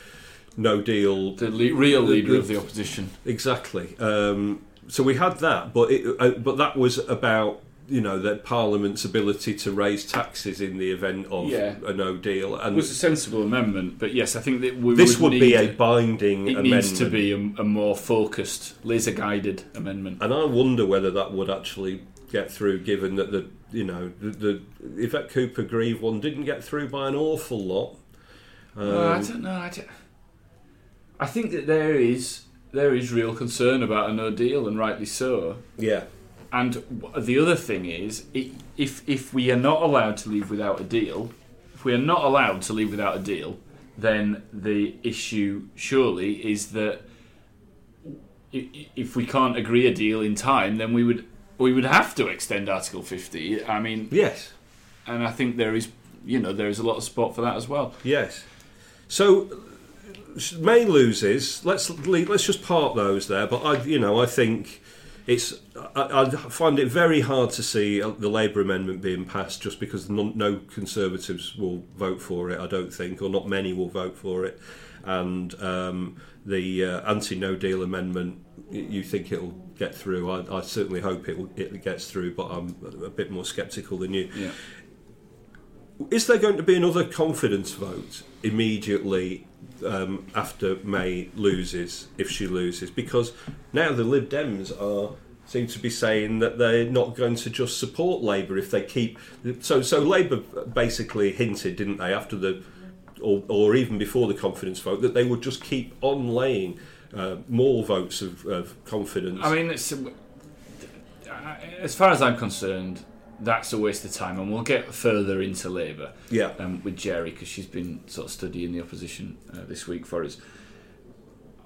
[SPEAKER 2] no deal.
[SPEAKER 1] the le- real
[SPEAKER 2] The-
[SPEAKER 1] leader
[SPEAKER 2] the-
[SPEAKER 1] of the opposition.
[SPEAKER 2] Exactly. Um, so we had that, but it, uh, but that was about you know the Parliament's ability to raise taxes in the event of
[SPEAKER 1] Yeah.
[SPEAKER 2] a no deal, and
[SPEAKER 1] It was a sensible amendment, but yes, I think that we
[SPEAKER 2] this would be
[SPEAKER 1] need-
[SPEAKER 2] a binding
[SPEAKER 1] It
[SPEAKER 2] amendment.
[SPEAKER 1] needs to be a, a more focused, laser-guided amendment.
[SPEAKER 2] And I wonder whether that would actually get through, given that the you know the, the Yvette Cooper Grieve one didn't get through by an awful lot.
[SPEAKER 1] Well, Oh, I don't know. I, don't- I think that there is there is real concern about a no deal, and rightly so.
[SPEAKER 2] Yeah,
[SPEAKER 1] And w- the other thing is, i if if we are not allowed to leave without a deal, if we are not allowed to leave without a deal, then the issue surely is that i- i- if we can't agree a deal in time, then we would we would have to extend Article 50. I mean,
[SPEAKER 2] yes,
[SPEAKER 1] and I think there is you know there is a lot of spot for that as well.
[SPEAKER 2] yes. So main loses. Let's le- let's just park those there. But I you know I think. It's. I, I find it very hard to see uh, the Labour amendment being passed just because no, no Conservatives will vote for it. I don't think, or not many will vote for it. and um, the uh, anti-no deal amendment. y- You think it'll get through? I, I certainly hope it will, it gets through, but I'm a bit more sceptical than you.
[SPEAKER 1] Yeah.
[SPEAKER 2] Is there going to be another confidence vote immediately um, after May loses, if she loses? Because now the Lib Dems are seem to be saying that they're not going to just support Labour if they keep. So, so Labour basically hinted, didn't they, after the or, or even before the confidence vote, that they would just keep on laying uh, more votes of, of confidence.
[SPEAKER 1] I mean, it's, uh, as far as I'm concerned, that's a waste of time, and we'll get further into Labour.
[SPEAKER 2] Yeah.
[SPEAKER 1] Um, with Jerry because she's been sort of studying the opposition uh, this week for us.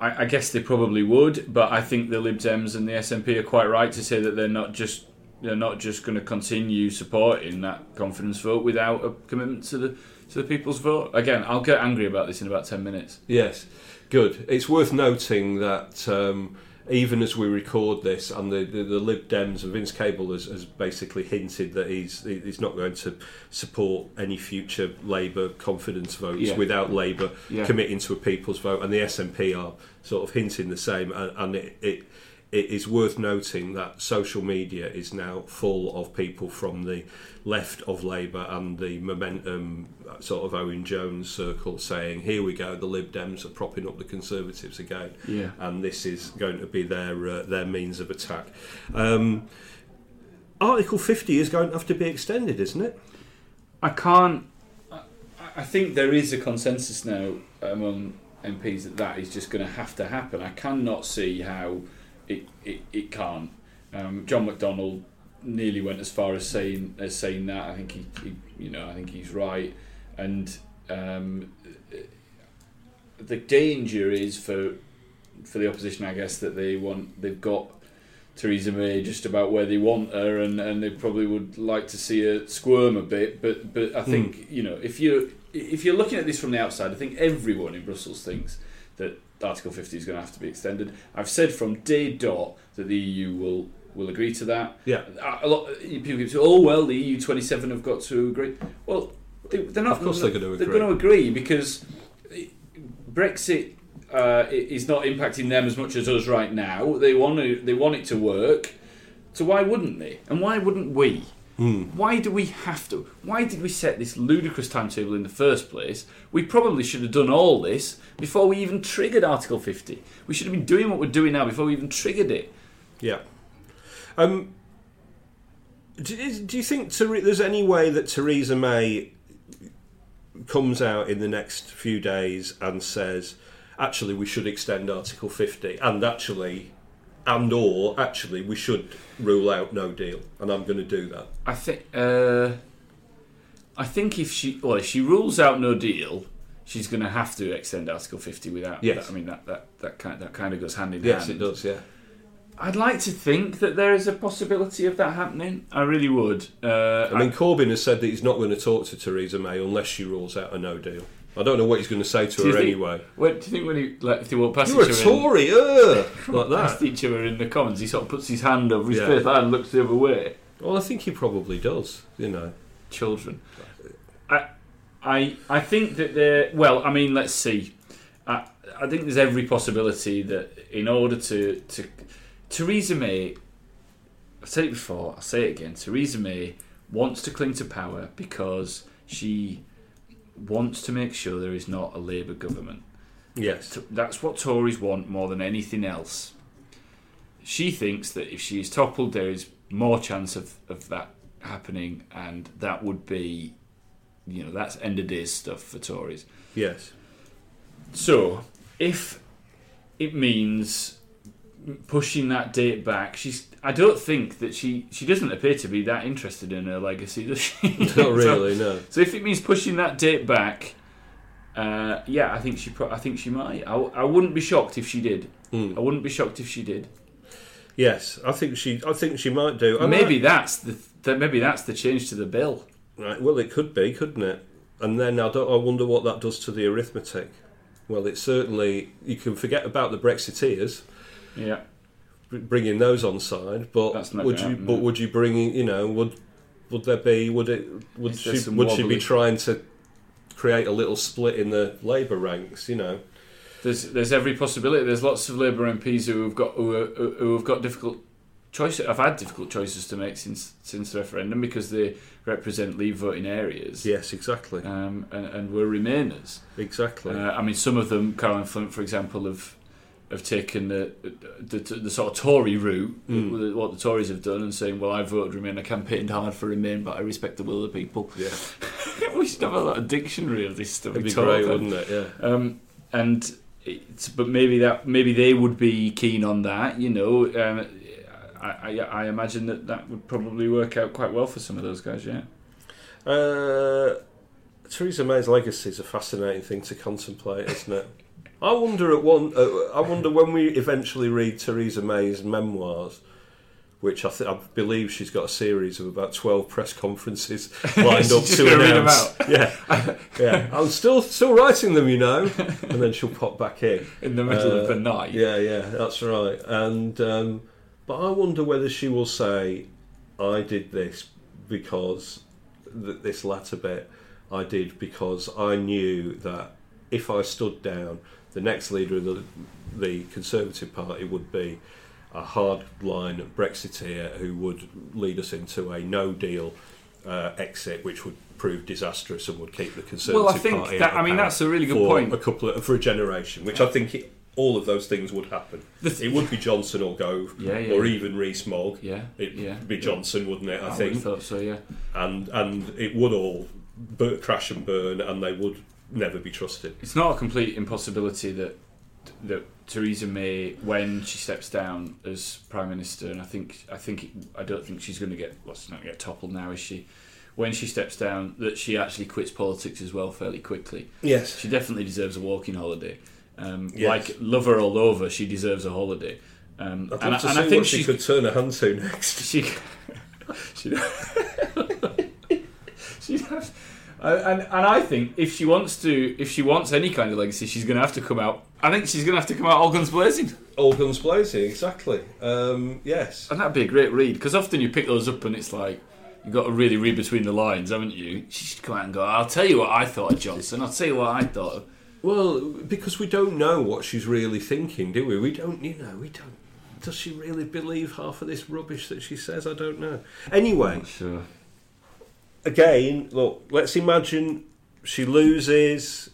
[SPEAKER 1] I, I guess they probably would, but I think the Lib Dems and the SNP are quite right to say that they're not just they're not just going to continue supporting that confidence vote without a commitment to the to the people's vote. Again, I'll get angry about this in about ten minutes.
[SPEAKER 2] Yes, good. It's worth noting that um, even as we record this, and the, the, the Lib Dems and Vince Cable has, has basically hinted that he's he- he's not going to support any future Labour confidence votes
[SPEAKER 1] Yeah.
[SPEAKER 2] without Labour
[SPEAKER 1] Yeah.
[SPEAKER 2] committing to a people's vote, and the SNP are sort of hinting the same, and, and it. it it is worth noting that social media is now full of people from the left of Labour and the momentum uh, sort of Owen Jones circle saying, "Here we go, the Lib Dems are propping up the Conservatives again,
[SPEAKER 1] Yeah.
[SPEAKER 2] and this is going to be their uh, their means of attack." Um, Article fifty is going to have to be extended, isn't it?
[SPEAKER 1] I can't. I, I think there is a consensus now among MPs that that is just going to have to happen. I cannot see how it it, it can't. Um, John McDonnell nearly went as far as saying as saying that. I think he, he you know I think he's right, and um, the danger is for for the opposition, I guess, that they want they've got Theresa May just about where they want her, and, and they probably would like to see her squirm a bit. But but I think you know if you if you're looking at this from the outside, I think everyone in Brussels thinks that Article 50 is going to have to be extended. I've said from day dot that the EU will will agree to that.
[SPEAKER 2] Yeah.
[SPEAKER 1] a, a lot people keep saying, oh well, the EU 27 have got to agree. Well, they, they're not.
[SPEAKER 2] Of course they're gonna
[SPEAKER 1] They're
[SPEAKER 2] agree.
[SPEAKER 1] going to agree because Brexit uh, i- is not impacting them as much as us right now. They want to, they want it to work. So why wouldn't they? And why wouldn't we?
[SPEAKER 2] Hmm.
[SPEAKER 1] Why do we have to? Why did we set this ludicrous timetable in the first place? We probably should have done all this before we even triggered Article 50. We should have been doing what we're doing now before we even triggered it.
[SPEAKER 2] Yeah. Um, do, is- do you think Ther- there's any way that Theresa May comes out in the next few days and says, actually, we should extend Article 50, and actually, and or actually, we should rule out No Deal, and I'm going to do that.
[SPEAKER 1] I think. Uh, I think if she well, if she rules out No Deal, she's going to have to extend Article 50 without.
[SPEAKER 2] Yes.
[SPEAKER 1] I mean that that that kind that kind of goes hand in hand.
[SPEAKER 2] yeah.
[SPEAKER 1] I'd like to think that there is a possibility of that happening. I really would. Uh,
[SPEAKER 2] I mean, Corbyn has said that he's not going to talk to Theresa May unless she rules out a no deal. I don't know what he's going to say to
[SPEAKER 1] do you
[SPEAKER 2] her
[SPEAKER 1] think-
[SPEAKER 2] anyway.
[SPEAKER 1] When, do you think when he like if they walk past
[SPEAKER 2] You're a
[SPEAKER 1] each other, in-
[SPEAKER 2] Tory, uh, like
[SPEAKER 1] past
[SPEAKER 2] that.
[SPEAKER 1] each other in the Commons, he sort of puts his hand over his
[SPEAKER 2] Yeah.
[SPEAKER 1] fifth hand, and looks the other way.
[SPEAKER 2] Well, I think he probably does. You know,
[SPEAKER 1] children. I, I, I think that they're well. I mean, let's see. I, I think there's every possibility that in order to to Theresa May, I've said it before, I'll say it again. Theresa May wants to cling to power because she wants to make sure there is not a Labour government.
[SPEAKER 2] yes,
[SPEAKER 1] T- That's what Tories want more than anything else. She thinks that if she is toppled, there is more chance of, of that happening, and that would be, you know, that's end of days stuff for Tories.
[SPEAKER 2] yes.
[SPEAKER 1] So, if it means pushing that date back, she's. I don't think that she she doesn't appear to be that interested in her legacy, does she?
[SPEAKER 2] (laughs) Not really. No.
[SPEAKER 1] So if it means pushing that date back, uh, yeah, I think she. Pro- I think she might. I, I wouldn't be shocked if she did.
[SPEAKER 2] Hmm.
[SPEAKER 1] I wouldn't be shocked if she did.
[SPEAKER 2] Yes, I think she. I think she might do. I
[SPEAKER 1] maybe
[SPEAKER 2] might-
[SPEAKER 1] that's the. That maybe that's the change to the bill.
[SPEAKER 2] Right. Well, it could be, couldn't it? And then I don't. I wonder what that does to the arithmetic. Well, it certainly. You can forget about the Brexiteers.
[SPEAKER 1] Yeah.
[SPEAKER 2] bringing those on side, but
[SPEAKER 1] That's not
[SPEAKER 2] would
[SPEAKER 1] gonna
[SPEAKER 2] you?
[SPEAKER 1] happen,
[SPEAKER 2] But
[SPEAKER 1] no.
[SPEAKER 2] would you bring? in- You know, would would there be? Would it? Would
[SPEAKER 1] Is
[SPEAKER 2] she?
[SPEAKER 1] there some
[SPEAKER 2] Would she be
[SPEAKER 1] wobbly-
[SPEAKER 2] trying to create a little split in the Labour ranks? You know,
[SPEAKER 1] There's there's every possibility. There's lots of Labour MPs who have got who, are- who who have got difficult choices. I've had difficult choices to make since since the referendum because they represent Leave voting areas.
[SPEAKER 2] yes, exactly,
[SPEAKER 1] Um, and, and were Remainers.
[SPEAKER 2] exactly.
[SPEAKER 1] Uh, I mean, some of them, Caroline Flint, for example, have have taken the the, the, sort of Tory route,
[SPEAKER 2] Mm.
[SPEAKER 1] with what the Tories have done, and saying, "Well, I voted Remain, I campaigned hard for Remain, but I respect the will of the people."
[SPEAKER 2] yeah,
[SPEAKER 1] (laughs) we should have a lot of dictionary of this stuff.
[SPEAKER 2] it'd be
[SPEAKER 1] We talk
[SPEAKER 2] great,
[SPEAKER 1] about-
[SPEAKER 2] wouldn't it? Yeah,
[SPEAKER 1] um, and it's, but maybe that maybe they would be keen on that. You know, um, I, I I imagine that that would probably work out quite well for some of those guys. Yeah.
[SPEAKER 2] Uh, Theresa May's legacy is a fascinating thing to contemplate, isn't it? I wonder at one. Uh, I wonder when we eventually read Theresa May's memoirs, which I, th- I believe she's got a series of about twelve press conferences
[SPEAKER 1] (laughs)
[SPEAKER 2] lined up
[SPEAKER 1] She's
[SPEAKER 2] to
[SPEAKER 1] gonna read 'em
[SPEAKER 2] announce. Yeah, yeah. I'm still still writing them, you know, and then she'll pop back in
[SPEAKER 1] In the middle of the night.
[SPEAKER 2] Uh, Yeah, yeah, that's right. And um, but I wonder whether she will say, "I did this because th- this latter bit I did because I knew that if I stood down, the next leader of the, the Conservative Party would be a hardline Brexiteer who would lead us into a no deal uh, exit, which would prove disastrous and would keep the Conservative
[SPEAKER 1] think
[SPEAKER 2] Party
[SPEAKER 1] that-
[SPEAKER 2] out of
[SPEAKER 1] I mean,
[SPEAKER 2] power
[SPEAKER 1] that's a really good
[SPEAKER 2] for
[SPEAKER 1] point.
[SPEAKER 2] A couple of, for a generation, which I think it, all of those things would happen. it would be Johnson or Gove,
[SPEAKER 1] Yeah, yeah,
[SPEAKER 2] or
[SPEAKER 1] yeah.
[SPEAKER 2] even Rees-Mogg.
[SPEAKER 1] Yeah,
[SPEAKER 2] it'd
[SPEAKER 1] yeah.
[SPEAKER 2] be Johnson, wouldn't it? I,
[SPEAKER 1] I
[SPEAKER 2] think
[SPEAKER 1] would have thought so. Yeah.
[SPEAKER 2] and and it would all bur- crash and burn, and they would never be trusted.
[SPEAKER 1] it's not a complete impossibility that that Theresa May, when she steps down as prime minister, and I think I think I don't think she's going to get well, she's not going to get toppled now, is she? When she steps down, that she actually quits politics as well fairly quickly.
[SPEAKER 2] Yes.
[SPEAKER 1] she definitely deserves a walking holiday. Um,
[SPEAKER 2] Yes.
[SPEAKER 1] Like love her all over, she deserves a holiday. Um,
[SPEAKER 2] I'd love
[SPEAKER 1] and I,
[SPEAKER 2] to
[SPEAKER 1] and
[SPEAKER 2] see
[SPEAKER 1] I think
[SPEAKER 2] what she
[SPEAKER 1] she's-
[SPEAKER 2] could turn her hand to next. (laughs)
[SPEAKER 1] she (laughs) she (laughs) she has and, and I think if she wants to if she wants any kind of legacy she's going to have to come out I think she's going to have to come out all guns blazing
[SPEAKER 2] All guns blazing, exactly. Um, yes,
[SPEAKER 1] and that'd be a great read because often you pick those up and it's like you've got to really read between the lines haven't you she should come out and go I'll tell you what I thought of Johnson I'll tell you what I thought of
[SPEAKER 2] Well, because we don't know what she's really thinking, do we? We don't, you know, we don't. Does she really believe half of this rubbish that she says? I don't know. Anyway,
[SPEAKER 1] sure
[SPEAKER 2] again, look, let's imagine she loses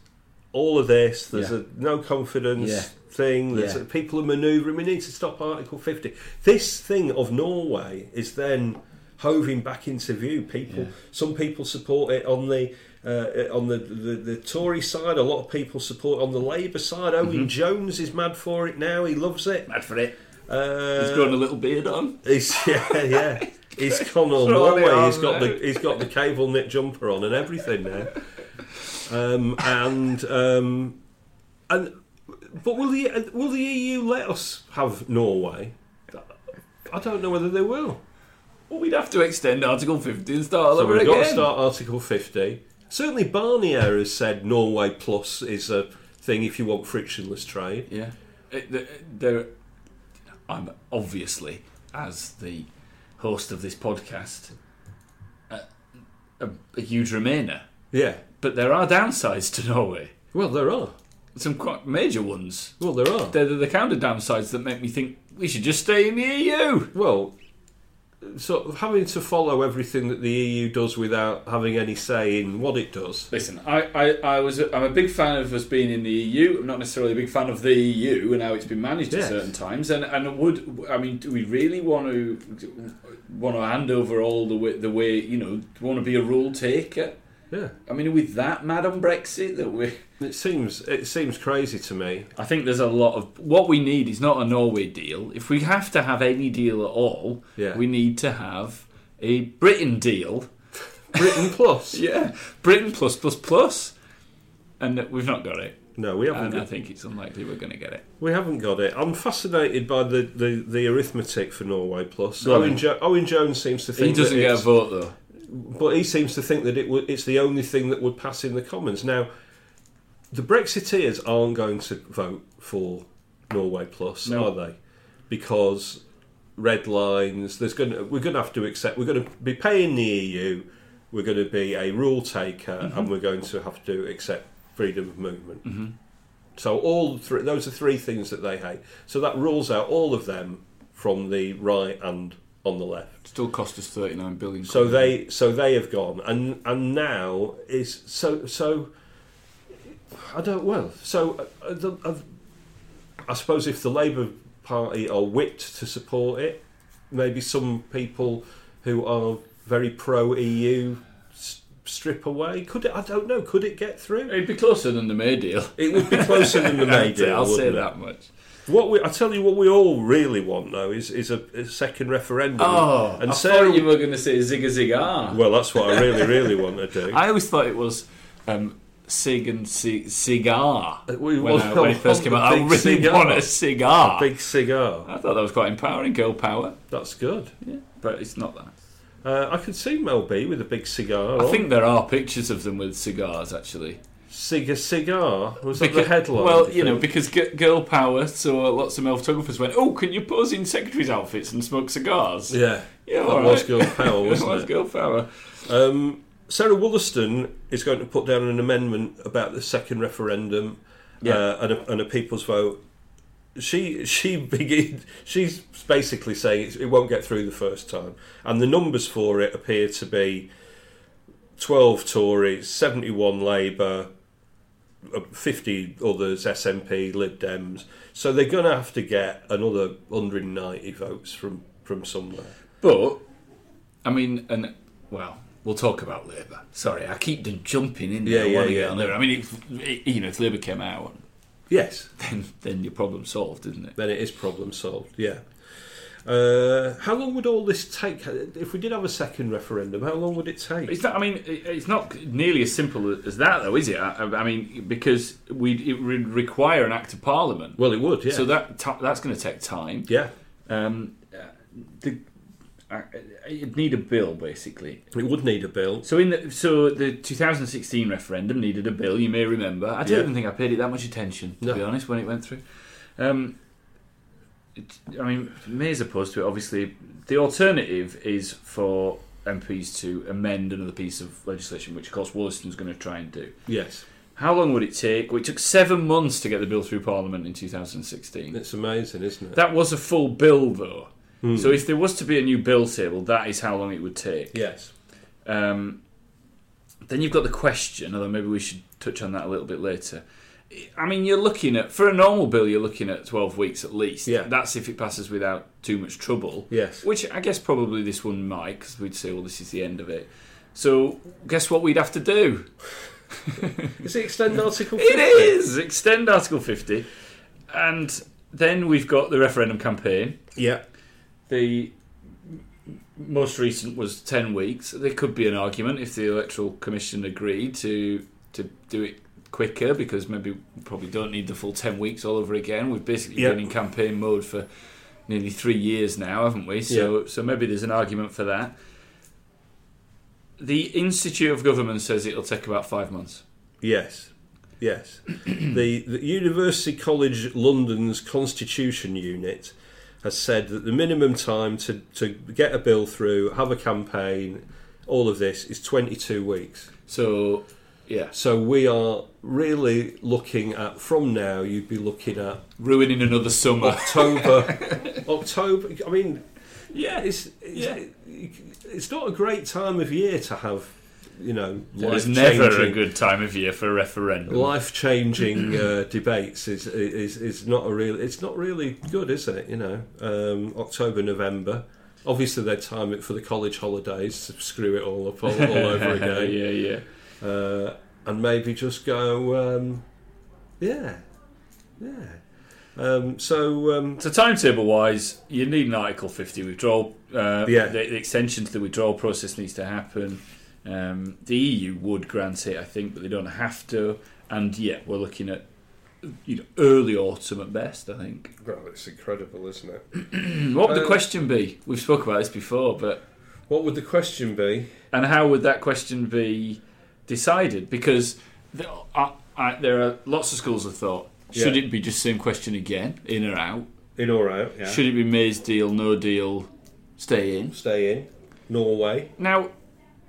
[SPEAKER 2] all of this. There's
[SPEAKER 1] Yeah.
[SPEAKER 2] a no confidence
[SPEAKER 1] Yeah.
[SPEAKER 2] thing. There's
[SPEAKER 1] Yeah.
[SPEAKER 2] people are manoeuvring. We need to stop Article 50. This thing of Norway is then hoving back into view. People, some people support it on the. Uh, on the, the, the Tory side, a lot of people support. it. On the Labour side, Owen
[SPEAKER 1] Mm-hmm.
[SPEAKER 2] Jones is mad for it now. He loves it.
[SPEAKER 1] mad for it
[SPEAKER 2] Uh,
[SPEAKER 1] he's grown a little beard on
[SPEAKER 2] He's (laughs) yeah, yeah. He's gone all
[SPEAKER 1] Surely
[SPEAKER 2] Norway. He's
[SPEAKER 1] I'm
[SPEAKER 2] got the
[SPEAKER 1] right.
[SPEAKER 2] he's got the cable knit jumper on and everything now. Um, and um, E and but will the will the EU let us have Norway? I don't know whether they will.
[SPEAKER 1] Well, we'd have to extend Article 50 and start all
[SPEAKER 2] So
[SPEAKER 1] over
[SPEAKER 2] we've
[SPEAKER 1] again.
[SPEAKER 2] got to start Article 50. Certainly, Barnier has said Norway Plus is a thing if you want frictionless trade.
[SPEAKER 1] Yeah. It, the- there, I'm obviously, as the host of this podcast, a, a, a huge Remainer.
[SPEAKER 2] Yeah.
[SPEAKER 1] But there are downsides to Norway.
[SPEAKER 2] Well, there are.
[SPEAKER 1] Some quite major ones.
[SPEAKER 2] Well, there are.
[SPEAKER 1] They're the, the counter downsides that make me think we should just stay in the E EU.
[SPEAKER 2] Well, sort of having to follow everything that the EU does without having any say in what it does.
[SPEAKER 1] Listen, I, I, I was I'm a big fan of us being in the EU. I'm not necessarily a big fan of the EU and how it's been managed
[SPEAKER 2] Yes.
[SPEAKER 1] at certain times. And and would I mean, do we really want to want to hand over all the way, the way you know? Do we want to be a rule taker?
[SPEAKER 2] Yeah.
[SPEAKER 1] I mean, with that mad on Brexit that we.
[SPEAKER 2] It seems it seems crazy to me.
[SPEAKER 1] I think there's a lot of what we need is not a Norway deal. If we have to have any deal at all,
[SPEAKER 2] Yeah.
[SPEAKER 1] we need to have a Britain deal. (laughs)
[SPEAKER 2] Britain Plus.
[SPEAKER 1] Yeah, Britain plus plus plus, and we've not got it.
[SPEAKER 2] No, we haven't.
[SPEAKER 1] And I think it's unlikely we're going to get it.
[SPEAKER 2] We haven't got it. I'm fascinated by the, the, the arithmetic for Norway Plus.
[SPEAKER 1] Go on
[SPEAKER 2] Owen,
[SPEAKER 1] then.
[SPEAKER 2] jo- Owen Jones seems to think
[SPEAKER 1] He doesn't
[SPEAKER 2] that
[SPEAKER 1] get a
[SPEAKER 2] it's-
[SPEAKER 1] vote though.
[SPEAKER 2] but he seems to think that it would, it's the only thing that would pass in the Commons. Now, the Brexiteers aren't going to vote for Norway Plus,
[SPEAKER 1] No.
[SPEAKER 2] are they? Because red lines. There's going to, we're going to have to accept. We're going to be paying the EU. We're going to be a rule taker, and we're going to have to accept freedom of movement. So all three, those are three things that they hate. So that rules out all of them from the right and on the left.
[SPEAKER 1] Still cost us thirty nine billion.
[SPEAKER 2] So they so they have gone, and and now is so so. I don't well. So uh, the- uh, I suppose if the Labour Party are whipped to support it, maybe some people who are very pro EU s- strip away. Could it? I don't know. Could it get through?
[SPEAKER 1] it'd be closer than the May deal.
[SPEAKER 2] It would be closer than the May
[SPEAKER 1] (laughs)
[SPEAKER 2] deal.
[SPEAKER 1] I'll say
[SPEAKER 2] wouldn't it?
[SPEAKER 1] that much.
[SPEAKER 2] What we, I tell you, what we all really want though is is a, a second referendum.
[SPEAKER 1] Oh,
[SPEAKER 2] and
[SPEAKER 1] I
[SPEAKER 2] Sarah-
[SPEAKER 1] thought you were going to say zig a zig ah.
[SPEAKER 2] well, that's what I really, really want to do.
[SPEAKER 1] (laughs) I always thought it was um, sig and ci- cigar
[SPEAKER 2] we
[SPEAKER 1] when,
[SPEAKER 2] want-
[SPEAKER 1] I, when it first came out. I
[SPEAKER 2] a big
[SPEAKER 1] really
[SPEAKER 2] cigar.
[SPEAKER 1] want a cigar.
[SPEAKER 2] Big cigar.
[SPEAKER 1] I thought that was quite empowering, girl power.
[SPEAKER 2] That's good.
[SPEAKER 1] Yeah, but it's not that.
[SPEAKER 2] Uh, I could see Mel B with a big cigar.
[SPEAKER 1] I think there are pictures of them with cigars actually.
[SPEAKER 2] cigar cigar was that the
[SPEAKER 1] Beca-
[SPEAKER 2] headline.
[SPEAKER 1] Well,
[SPEAKER 2] do
[SPEAKER 1] you know,
[SPEAKER 2] think?
[SPEAKER 1] because g- girl power, so lots of male photographers went, "Oh, can you pose in secretaries' outfits and smoke cigars?"
[SPEAKER 2] yeah,
[SPEAKER 1] yeah,
[SPEAKER 2] that
[SPEAKER 1] all
[SPEAKER 2] was
[SPEAKER 1] right.
[SPEAKER 2] girl
[SPEAKER 1] (laughs)
[SPEAKER 2] power,
[SPEAKER 1] That
[SPEAKER 2] wasn't
[SPEAKER 1] was
[SPEAKER 2] it?
[SPEAKER 1] girl power.
[SPEAKER 2] Um, Sarah Wollaston is going to put down an amendment about the second referendum uh, and, a, and a people's vote. She she begin, she's basically saying it's, it won't get through the first time, and the numbers for it appear to be twelve Tories, seventy one Labour, uh, fifty others SNP, Lib Dems. So they're going to have to get another hundred and ninety votes from from somewhere.
[SPEAKER 1] But I mean, and well, we'll talk about Labour. Sorry, I keep d- jumping in there.
[SPEAKER 2] Yeah, yeah,
[SPEAKER 1] I wanna
[SPEAKER 2] yeah.
[SPEAKER 1] get on Labour. I mean, if, i you know, if Labour came out,
[SPEAKER 2] Yes,
[SPEAKER 1] then then your problem solved, isn't it?
[SPEAKER 2] then it is problem solved. Yeah. Uh, how long would all this take? If we did have a second referendum, how long would it take?
[SPEAKER 1] It's not. I mean, it- it's not nearly as simple as that, though, is it? I, I mean, because we it would require an act of parliament.
[SPEAKER 2] well, it would. Yeah.
[SPEAKER 1] So that ti that's going to take time.
[SPEAKER 2] yeah,
[SPEAKER 1] Um, uh, the, uh, it'd need a bill basically.
[SPEAKER 2] it would need a bill.
[SPEAKER 1] So in the, so the 2016 referendum needed a bill. You may remember. I don't
[SPEAKER 2] Yeah.
[SPEAKER 1] even think I paid it that much attention to
[SPEAKER 2] No.
[SPEAKER 1] be honest when it went through. Um, it, I mean, May's opposed to it. Obviously, the alternative is for MPs to amend another piece of legislation, which of course Wollaston's going to try and do.
[SPEAKER 2] Yes,
[SPEAKER 1] How long would it take? Well, it took seven months to get the bill through Parliament in 2016.
[SPEAKER 2] it's amazing, isn't it?
[SPEAKER 1] That was a full bill, though.
[SPEAKER 2] Hmm.
[SPEAKER 1] So if there was to be a new bill table, that is how long it would take.
[SPEAKER 2] yes.
[SPEAKER 1] Um, then you've got the question, although maybe we should touch on that a little bit later. I mean, you're looking at for a normal bill, you're looking at 12 weeks at least.
[SPEAKER 2] Yeah.
[SPEAKER 1] That's if it passes without too much trouble.
[SPEAKER 2] Yes.
[SPEAKER 1] Which I guess probably this one might, because we'd say, well, this is the end of it. So guess what we'd have to do?
[SPEAKER 2] (laughs) Is it extend Article?
[SPEAKER 1] It
[SPEAKER 2] 50?
[SPEAKER 1] is extend Article 50, and then we've got the referendum campaign.
[SPEAKER 2] Yeah.
[SPEAKER 1] The most recent was ten weeks. There could be an argument if the electoral commission agreed to to do it quicker because maybe we probably don't need the full ten weeks all over again. We've basically
[SPEAKER 2] Yeah.
[SPEAKER 1] been in campaign mode for nearly three years now, haven't we? So, so maybe there's an argument for that. The Institute of Government says it'll take about five months.
[SPEAKER 2] Yes, yes. (clears throat) the, the University College London's Constitution Unit has said that the minimum time to, to get a bill through, have a campaign, all of this is 22 weeks.
[SPEAKER 1] So, yeah,
[SPEAKER 2] So we are really looking at, from now, you'd be looking at
[SPEAKER 1] ruining another summer.
[SPEAKER 2] October. October. I mean,
[SPEAKER 1] yeah,
[SPEAKER 2] it's, it's, it's not a great time of year to have, you know,
[SPEAKER 1] (laughs)
[SPEAKER 2] life
[SPEAKER 1] It's never a
[SPEAKER 2] changing-
[SPEAKER 1] good time of year for a referendum. (clears throat)
[SPEAKER 2] life-changing uh, debates is, is is not a real. It's not really good, is it? You know, um, October, November. Obviously, they time it for the college holidays to screw it all up all, all
[SPEAKER 1] (laughs)
[SPEAKER 2] over
[SPEAKER 1] yeah,
[SPEAKER 2] again,
[SPEAKER 1] yeah, yeah.
[SPEAKER 2] uh, and maybe just go, um, yeah, yeah. Um, so um,
[SPEAKER 1] So timetable wise, you need an Article 50 withdrawal. Uh,
[SPEAKER 2] Yeah.
[SPEAKER 1] the, the extension to the withdrawal process needs to happen. Um, the EU would grant it, I think, but they don't have to. And yeah, we're looking at you know early autumn at best. I think.
[SPEAKER 2] well, it's incredible, isn't it?
[SPEAKER 1] What would the
[SPEAKER 2] Uh,
[SPEAKER 1] question be? We've spoke about this before, but
[SPEAKER 2] What would the question be?
[SPEAKER 1] and how would that question be decided? Because there are, I, there are lots of schools of thought. Should
[SPEAKER 2] Yeah.
[SPEAKER 1] it be just same question again, in or out?
[SPEAKER 2] In or out? Yeah.
[SPEAKER 1] Should it be May's deal, no deal, stay in?
[SPEAKER 2] stay in Norway?
[SPEAKER 1] Now,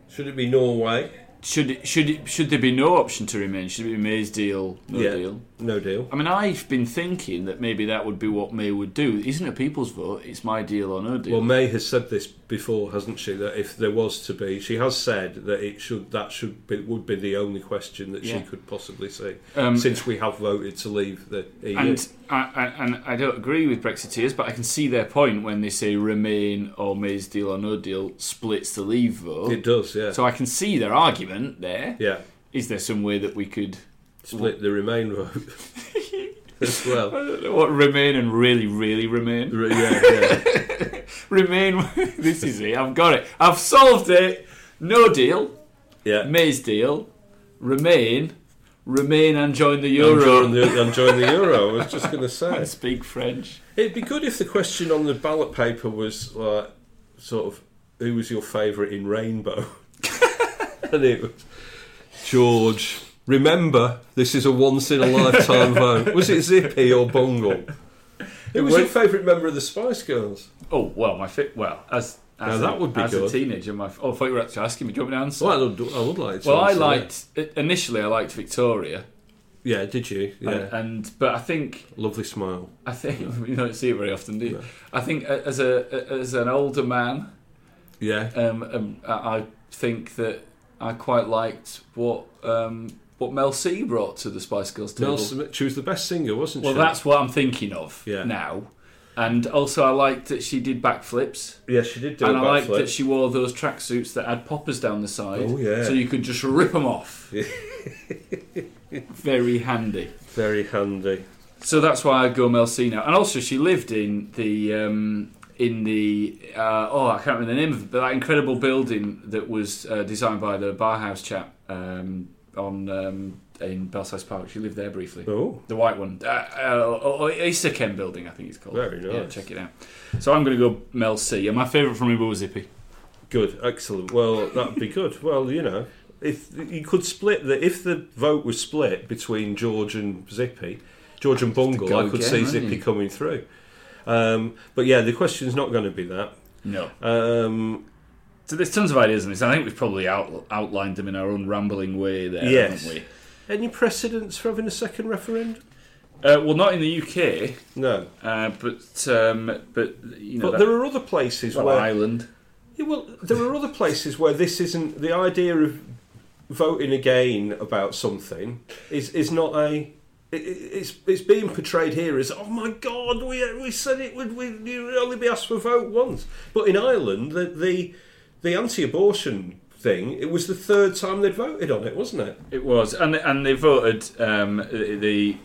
[SPEAKER 2] Should it be Norway?
[SPEAKER 1] should it, should it, should there be no option to remain? Should it be May's deal, no
[SPEAKER 2] yeah.
[SPEAKER 1] deal?
[SPEAKER 2] No deal.
[SPEAKER 1] I mean, I've been thinking that maybe that would be what May would do. It isn't a people's vote; it's my deal or no deal.
[SPEAKER 2] Well, May has said this before, hasn't she? That if there was to be, she has said that it should that should be, would be the only question that she
[SPEAKER 1] Yeah.
[SPEAKER 2] could possibly see,
[SPEAKER 1] Um,
[SPEAKER 2] since we have voted to leave the E EU.
[SPEAKER 1] and I, I, and I don't agree with Brexiteers, but I can see their point when they say Remain or May's deal or no deal splits the Leave vote.
[SPEAKER 2] it does, yeah,
[SPEAKER 1] So I can see their argument there. Is
[SPEAKER 2] yeah.
[SPEAKER 1] there some way that we could?
[SPEAKER 2] Split the Remain vote
[SPEAKER 1] (laughs)
[SPEAKER 2] as well.
[SPEAKER 1] I don't know what Remain and really, really Remain.
[SPEAKER 2] Re- Yeah,
[SPEAKER 1] (laughs)
[SPEAKER 2] yeah.
[SPEAKER 1] Remain. (laughs) this is it. I've got it. I've solved it. No deal.
[SPEAKER 2] yeah.
[SPEAKER 1] May's deal. Remain. Remain and join the
[SPEAKER 2] I'm
[SPEAKER 1] euro.
[SPEAKER 2] joining the, I'm joining the Euro. I was just going to say.
[SPEAKER 1] Speak French.
[SPEAKER 2] It'd be good if the question on the ballot paper was like, sort of, who was your favourite in Rainbow? (laughs) and it was George. Remember, this is a once in
[SPEAKER 1] (laughs)
[SPEAKER 2] a lifetime vote. Was it Zippy or Bungle? Who was your favourite member of the Spice Girls?
[SPEAKER 1] Oh well, my fit. Well, as as
[SPEAKER 2] Now,
[SPEAKER 1] a,
[SPEAKER 2] that would be
[SPEAKER 1] as
[SPEAKER 2] good.
[SPEAKER 1] a teenager, my oh, I thought you were actually asking me. Do you want me to answer?
[SPEAKER 2] Well, I would, I would like. To
[SPEAKER 1] Well, I
[SPEAKER 2] answer that.
[SPEAKER 1] liked initially. I liked Victoria,
[SPEAKER 2] Yeah, did you? Yeah,
[SPEAKER 1] and, and but I think
[SPEAKER 2] lovely smile.
[SPEAKER 1] I think (laughs) you don't see it very often, do you? I think a- as a uh, as an older man,
[SPEAKER 2] Yeah,
[SPEAKER 1] um, um, I I think that I quite liked what um, what Mel C brought to the Spice Girls table.
[SPEAKER 2] Mel Smith. She was the best singer, wasn't
[SPEAKER 1] well,
[SPEAKER 2] she?
[SPEAKER 1] that's what I'm thinking of
[SPEAKER 2] Yeah.
[SPEAKER 1] now, and also I liked that she did backflips.
[SPEAKER 2] yeah, she did do
[SPEAKER 1] and
[SPEAKER 2] a
[SPEAKER 1] I liked
[SPEAKER 2] backflip.
[SPEAKER 1] that she wore those tracksuits that had poppers down the side,
[SPEAKER 2] Oh, yeah.
[SPEAKER 1] so you could just rip them off. Very handy.
[SPEAKER 2] Very handy.
[SPEAKER 1] So that's why I'd go Mel C now. And also, she lived in the um, in the uh, oh, I can't remember the name of it, but that incredible building that was uh, designed by the Barhouse chap um, on um, in Belsize Park. She lived there briefly.
[SPEAKER 2] Oh,
[SPEAKER 1] The white one, uh, uh, oh, Easter Ken building, I think it's called.
[SPEAKER 2] Very nice.
[SPEAKER 1] Yeah, check it out. So I'm going to go Mel C, and my favourite from Rainbow was Zippy.
[SPEAKER 2] Good, excellent. Well, that'd be good. Well, you know, if you could split the if the vote was split between George and Zippy, George and Bungle,
[SPEAKER 1] go
[SPEAKER 2] I could
[SPEAKER 1] again,
[SPEAKER 2] see
[SPEAKER 1] aren't
[SPEAKER 2] Zippy
[SPEAKER 1] you?
[SPEAKER 2] coming through. Um, but yeah, the question's not going to be that.
[SPEAKER 1] No.
[SPEAKER 2] Um,
[SPEAKER 1] Uh, So there's tons of ideas in this. I think we've probably out, outlined them in our own rambling way there,
[SPEAKER 2] Yes.
[SPEAKER 1] haven't
[SPEAKER 2] any precedents for having a second referendum?
[SPEAKER 1] we? Uh, well, not in the UK,
[SPEAKER 2] No,
[SPEAKER 1] uh, but um, but you know,
[SPEAKER 2] but there are other places
[SPEAKER 1] well,
[SPEAKER 2] where
[SPEAKER 1] Ireland.
[SPEAKER 2] Yeah, well, there are other places where this isn't the idea of voting again about something is is not a. it- it- It's it's being portrayed here as oh my god we we said it would we you'd only be asked for vote once but in Ireland the the, the anti-abortion thing it was the third time they'd voted on it wasn't it
[SPEAKER 1] It was, and and they voted um, the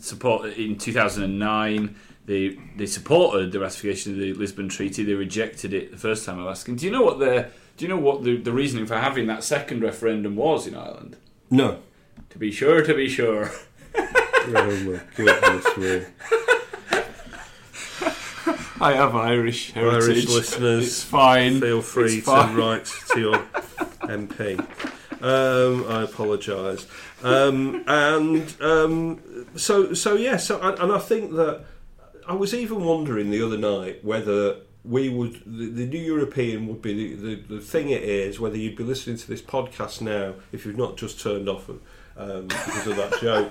[SPEAKER 1] support in 2009. They they supported the ratification of the Lisbon Treaty. They rejected it the first time of asking. Do you know what the do you know what the, the reasoning for having that second referendum was in Ireland?
[SPEAKER 2] no
[SPEAKER 1] To be sure, to be sure.
[SPEAKER 2] oh my goodness me
[SPEAKER 1] I have Irish heritage.
[SPEAKER 2] (laughs) Irish listeners,
[SPEAKER 1] it's fine.
[SPEAKER 2] Feel
[SPEAKER 1] It's
[SPEAKER 2] free to
[SPEAKER 1] fine.
[SPEAKER 2] write to your MP. Um, I apologise. Um, and um, so, so yeah. So, and, and I think that I was even wondering the other night whether we would the, the new European would be the, the, the thing it is. Whether you'd be listening to this podcast now if you've not just turned off of, um, because of that joke.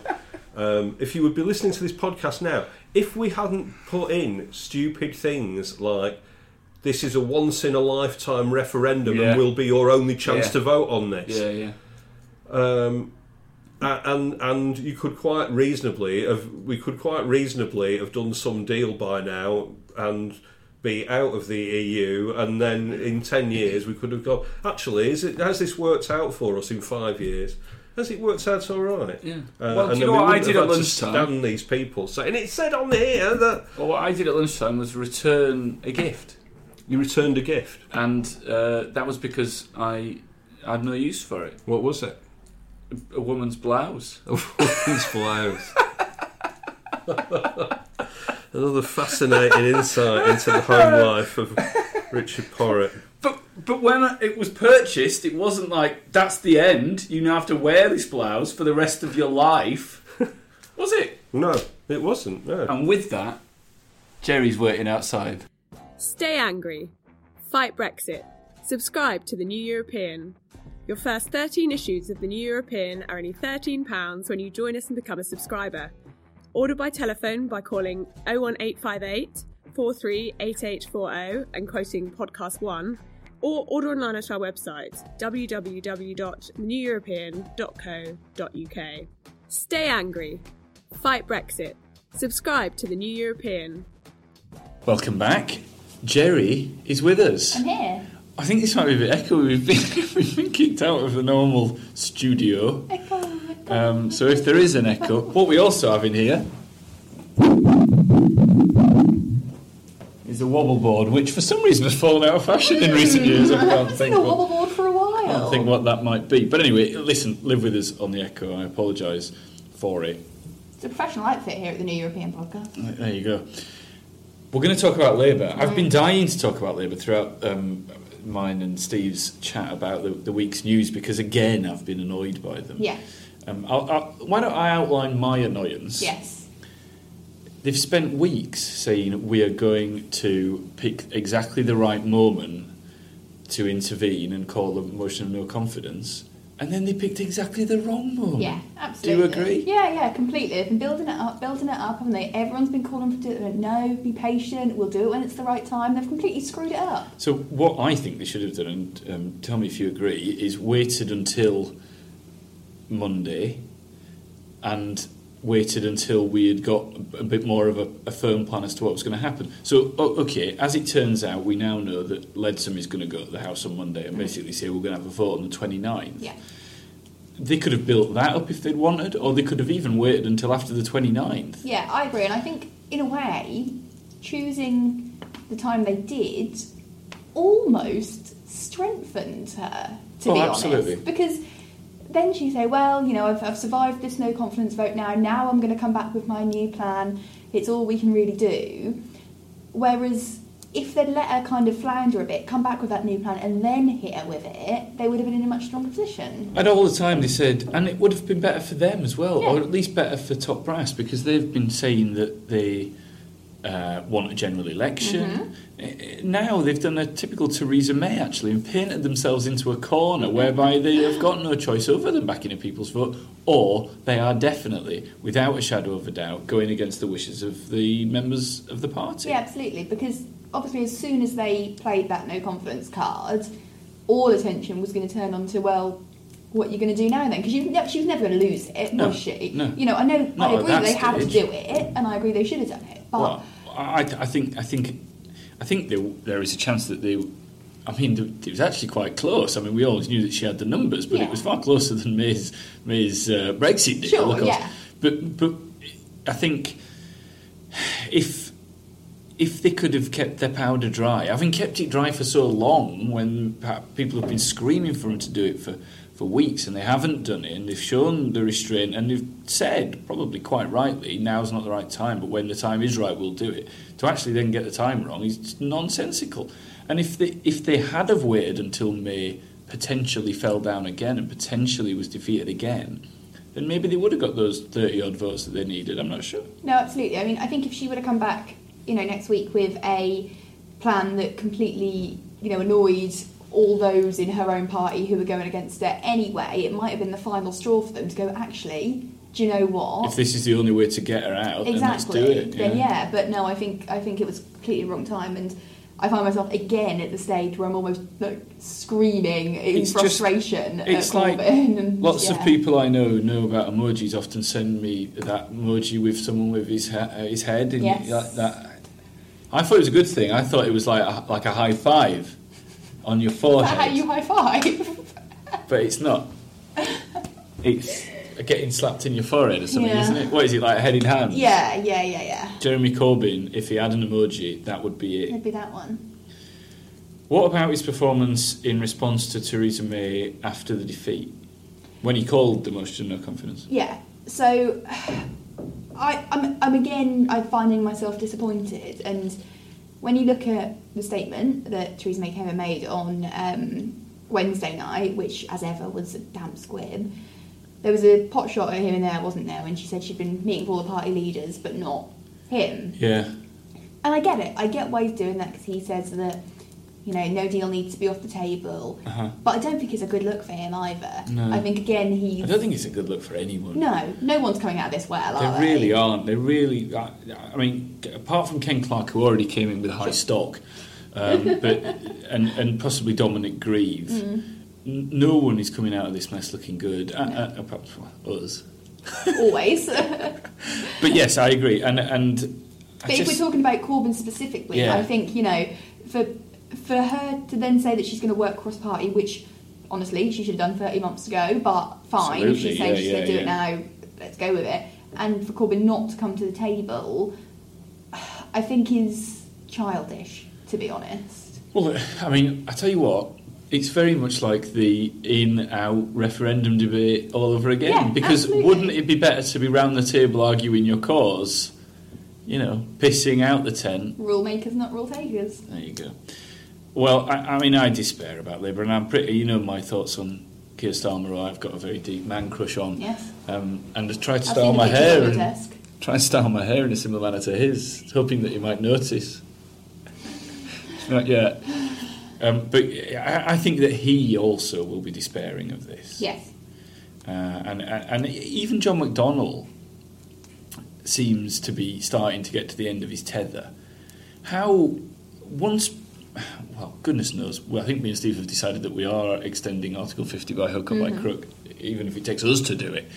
[SPEAKER 2] Um, if you would be listening to this podcast now, if we hadn't put in stupid things like this is a once in a lifetime referendum
[SPEAKER 1] Yeah.
[SPEAKER 2] and will be your only chance
[SPEAKER 1] Yeah.
[SPEAKER 2] to vote on this,
[SPEAKER 1] Yeah, yeah.
[SPEAKER 2] um, a- and and you could quite reasonably have we could quite reasonably have done some deal by now and be out of the EU, and then in ten years we could have gone. Actually, is it has this worked out for us in five years? Has it worked out all right?
[SPEAKER 1] Yeah.
[SPEAKER 2] Uh,
[SPEAKER 1] Well, do
[SPEAKER 2] and
[SPEAKER 1] you
[SPEAKER 2] then
[SPEAKER 1] know
[SPEAKER 2] we
[SPEAKER 1] what I
[SPEAKER 2] wouldn't
[SPEAKER 1] did
[SPEAKER 2] have
[SPEAKER 1] at
[SPEAKER 2] had to
[SPEAKER 1] lunchtime?
[SPEAKER 2] Stand these people saying it said on here that
[SPEAKER 1] Well, what I did at lunchtime was return a gift,
[SPEAKER 2] you returned a gift.
[SPEAKER 1] and uh, that was because I had no use for it. Oh.
[SPEAKER 2] What was it?
[SPEAKER 1] A woman's blouse.
[SPEAKER 2] A (laughs) woman's blouse. Another fascinating insight into the home life of Richard Porritt.
[SPEAKER 1] But but when I- it was purchased, it wasn't like that's the end. You now have to wear this blouse for the rest of your (laughs) life, was it?
[SPEAKER 2] No, it wasn't. No.
[SPEAKER 1] And with that, Jerry's waiting outside.
[SPEAKER 3] Stay angry. Fight Brexit. Subscribe to The New European. Your first 13 issues of The New European are only £13 when you join us and become a subscriber. Order by telephone by calling 01858 438840 and quoting podcast 1, or order online at our website www.theneweuropean.co.uk. Stay angry. Fight Brexit. Subscribe to The New European.
[SPEAKER 1] Welcome back. Jerry is with us.
[SPEAKER 4] I'm here.
[SPEAKER 1] I think this might be a bit echoey. We've been, (laughs) we've been kicked out of the normal studio. Um, so if there is an echo, what we also have in here is the wobble board, which for some reason has fallen out of fashion in recent years. I
[SPEAKER 4] (laughs)
[SPEAKER 1] can't
[SPEAKER 4] I've been
[SPEAKER 1] think
[SPEAKER 4] a
[SPEAKER 1] what,
[SPEAKER 4] wobble board for a while.
[SPEAKER 1] I can't think what that might be. But anyway, listen, live with us on the echo. I apologise for it.
[SPEAKER 4] It's a professional outfit here at the New European Podcast.
[SPEAKER 1] There you go. We're going to talk about Labour. I've been dying to talk about Labour throughout um, mine and Steve's chat about the, the week's news because, again, I've been annoyed by them.
[SPEAKER 4] Yeah.
[SPEAKER 1] Um, I'll, I'll, why don't I outline my annoyance?
[SPEAKER 4] Yes.
[SPEAKER 1] They've spent weeks saying we are going to pick exactly the right moment to intervene and call a motion of no confidence, and then they picked exactly the wrong moment.
[SPEAKER 4] Yeah, absolutely.
[SPEAKER 1] Oh, Do you agree?
[SPEAKER 4] Yeah, yeah, completely. They've been building it up, building it up, haven't they? Everyone's been calling for it. No, be patient. We'll do it when it's the right time. They've completely screwed it up.
[SPEAKER 1] So what I think they should have done, and um, tell me if you agree, is waited until Monday, and waited until we had got a bit more of a, a firm plan as to what was going to happen. So o- okay, as it turns out, we now know that Leadsom is going to go to the House on Monday and basically say we're going to have a vote on the 29th.
[SPEAKER 4] Yeah.
[SPEAKER 1] They could have built that up if they'd wanted, or they could have even waited until after the 29th.
[SPEAKER 4] Yeah, I agree. And I think, in a way, choosing the time they did almost strengthened her, to
[SPEAKER 1] Oh,
[SPEAKER 4] be
[SPEAKER 1] absolutely.
[SPEAKER 4] honest. Because then she say, well, you know, I've, I've survived this no confidence vote now. Now I'm going to come back with my new plan. It's all we can really do. Whereas if they'd let her kind of flounder a bit, come back with that new plan, and then hit her with it, they would have been in a much stronger position.
[SPEAKER 1] And all the time they said, and it would have been better for them as well, or
[SPEAKER 4] Yeah.
[SPEAKER 1] at least better for Top Brass, because they've been saying that they uh, want a general
[SPEAKER 4] Mm-hmm.
[SPEAKER 1] election. Eh, eh, Now they've done a typical Theresa May actually and painted themselves into a corner whereby they have got no choice other than backing a people's vote, or they are definitely, without a shadow of a doubt, going against the wishes of the members of the party.
[SPEAKER 4] Yeah, absolutely. Because obviously, as soon as they played that no confidence card, all attention was going to turn on to well, what are you going to do now then? Because she was never going to lose it,
[SPEAKER 1] No,
[SPEAKER 4] was she?
[SPEAKER 1] no.
[SPEAKER 4] You know, I know.
[SPEAKER 1] Not
[SPEAKER 4] I
[SPEAKER 1] at
[SPEAKER 4] agree
[SPEAKER 1] that
[SPEAKER 4] they had to
[SPEAKER 1] stage.
[SPEAKER 4] do it, and I agree they should have done it. But
[SPEAKER 1] Well, I, I think I think I think there, there is a chance that they. I mean, th- it was actually quite close. I mean, we always knew that she had the numbers, but it
[SPEAKER 4] Yeah.
[SPEAKER 1] was far closer than May's May's uh, Brexit deal.
[SPEAKER 4] Sure,
[SPEAKER 1] of course.
[SPEAKER 4] yeah.
[SPEAKER 1] But but I think if if they could have kept their powder dry, having kept it dry for so long, when perhaps people have been screaming for them to do it for for weeks, and they haven't done it, and they've shown the restraint, and they've said, probably quite rightly, now's not the right time, but when the time is right, we'll do it. To actually then get the time wrong is nonsensical. And if they, if they had have waited until May potentially fell down again and potentially was defeated again, then maybe they would have got those 30 odd votes that they needed. I'm not sure.
[SPEAKER 4] No, absolutely. I mean, I think if she would have come back, you know, next week with a plan that completely, you know, annoyed all those in her own party who were going against her anyway, it might have been the final straw for them to go, actually, do you know what?
[SPEAKER 1] If this is the only way to get her out,
[SPEAKER 4] exactly.
[SPEAKER 1] then let's do it.
[SPEAKER 4] Then yeah, but no, I think I think it was completely wrong time and I find myself again at the stage where I'm almost like screaming in
[SPEAKER 1] It's just-
[SPEAKER 4] frustration
[SPEAKER 1] it's
[SPEAKER 4] at
[SPEAKER 1] like
[SPEAKER 4] Corbyn. and,
[SPEAKER 1] Lots
[SPEAKER 4] yeah.
[SPEAKER 1] of people I know who know about emojis often send me that emoji with someone with his ha- uh, his head in
[SPEAKER 4] Yes.
[SPEAKER 1] like that. I thought it was a good thing. I thought it was like a, like a high five on your
[SPEAKER 4] Is that
[SPEAKER 1] forehead,
[SPEAKER 4] how you (laughs) high five?
[SPEAKER 1] (laughs) but it's not. It's getting slapped in your forehead or something,
[SPEAKER 4] Yeah.
[SPEAKER 1] isn't it? What is it like? a Head in hand.
[SPEAKER 4] yeah, yeah, yeah, yeah.
[SPEAKER 1] Jeremy Corbyn, if he had an emoji, that would be it.
[SPEAKER 4] It'd be that one.
[SPEAKER 1] What about his performance in response to Theresa May after the defeat, when he called the motion of no confidence?
[SPEAKER 4] Yeah. So (sighs) I, I'm, I'm again I'm finding myself disappointed and when you look at the statement that Theresa May came and made on um, Wednesday night, which as ever was a damp squib, there was a pot shot at him and there, wasn't there, when she said she'd been meeting with all the party leaders but not him.
[SPEAKER 1] Yeah,
[SPEAKER 4] and I get it. I get why he's doing that because he says that you know no deal needs to be off the table. But I don't think it's a good look for him either.
[SPEAKER 1] Uh-huh. No.
[SPEAKER 4] I think again he
[SPEAKER 1] I don't think it's a good look for anyone.
[SPEAKER 4] no no one's coming out of this well.
[SPEAKER 1] They
[SPEAKER 4] are
[SPEAKER 1] really aren't. They really. I, I mean, apart from Ken Clark, who already came in with a high stock,
[SPEAKER 4] (laughs)
[SPEAKER 1] um, but and and possibly Dominic Grieve,
[SPEAKER 4] Mm.
[SPEAKER 1] n- no one is coming out of this mess looking good. Uh, uh, apart from us.
[SPEAKER 4] (laughs) always. but (laughs)
[SPEAKER 1] But yes, I agree. And and. I
[SPEAKER 4] if we're
[SPEAKER 1] just-
[SPEAKER 4] talking about Corbyn specifically,
[SPEAKER 1] Yeah.
[SPEAKER 4] I think you know for for her to then say that she's going to work cross party, which honestly she should have done thirty months ago. But fine, if
[SPEAKER 1] Absolutely,
[SPEAKER 4] she's saying
[SPEAKER 1] yeah,
[SPEAKER 4] she's going to
[SPEAKER 1] yeah,
[SPEAKER 4] do it now. Let's go with it. And for Corbyn not to come to the table, I think is childish. To be honest.
[SPEAKER 1] Well, I mean, I tell you what, it's very much like the in out referendum debate all over again.
[SPEAKER 4] Yeah,
[SPEAKER 1] because
[SPEAKER 4] absolutely.
[SPEAKER 1] wouldn't it be better to be round the table arguing your cause, you know, pissing out the tent?
[SPEAKER 4] Rule makers, not rule takers.
[SPEAKER 1] There you go. Well, I, I mean, I despair about Labour, and I'm pretty, you know, my thoughts on Keir Starmer, who I've got a very deep man crush on.
[SPEAKER 4] Yes.
[SPEAKER 1] Um, and I tried to
[SPEAKER 4] I've seen
[SPEAKER 1] style my
[SPEAKER 4] the pictures
[SPEAKER 1] hair.
[SPEAKER 4] on your
[SPEAKER 1] and-
[SPEAKER 4] desk.
[SPEAKER 1] try and style my hair in a similar manner to his, hoping that he might notice. Not yet. Um, but I, I think that he also will be despairing of this.
[SPEAKER 4] Yes.
[SPEAKER 1] Uh, and, and even John McDonnell seems to be starting to get to the end of his tether. How once, well, goodness knows. Well, I think me and Steve have decided that we are extending Article 50 by hook or by crook, even if it takes us to do it.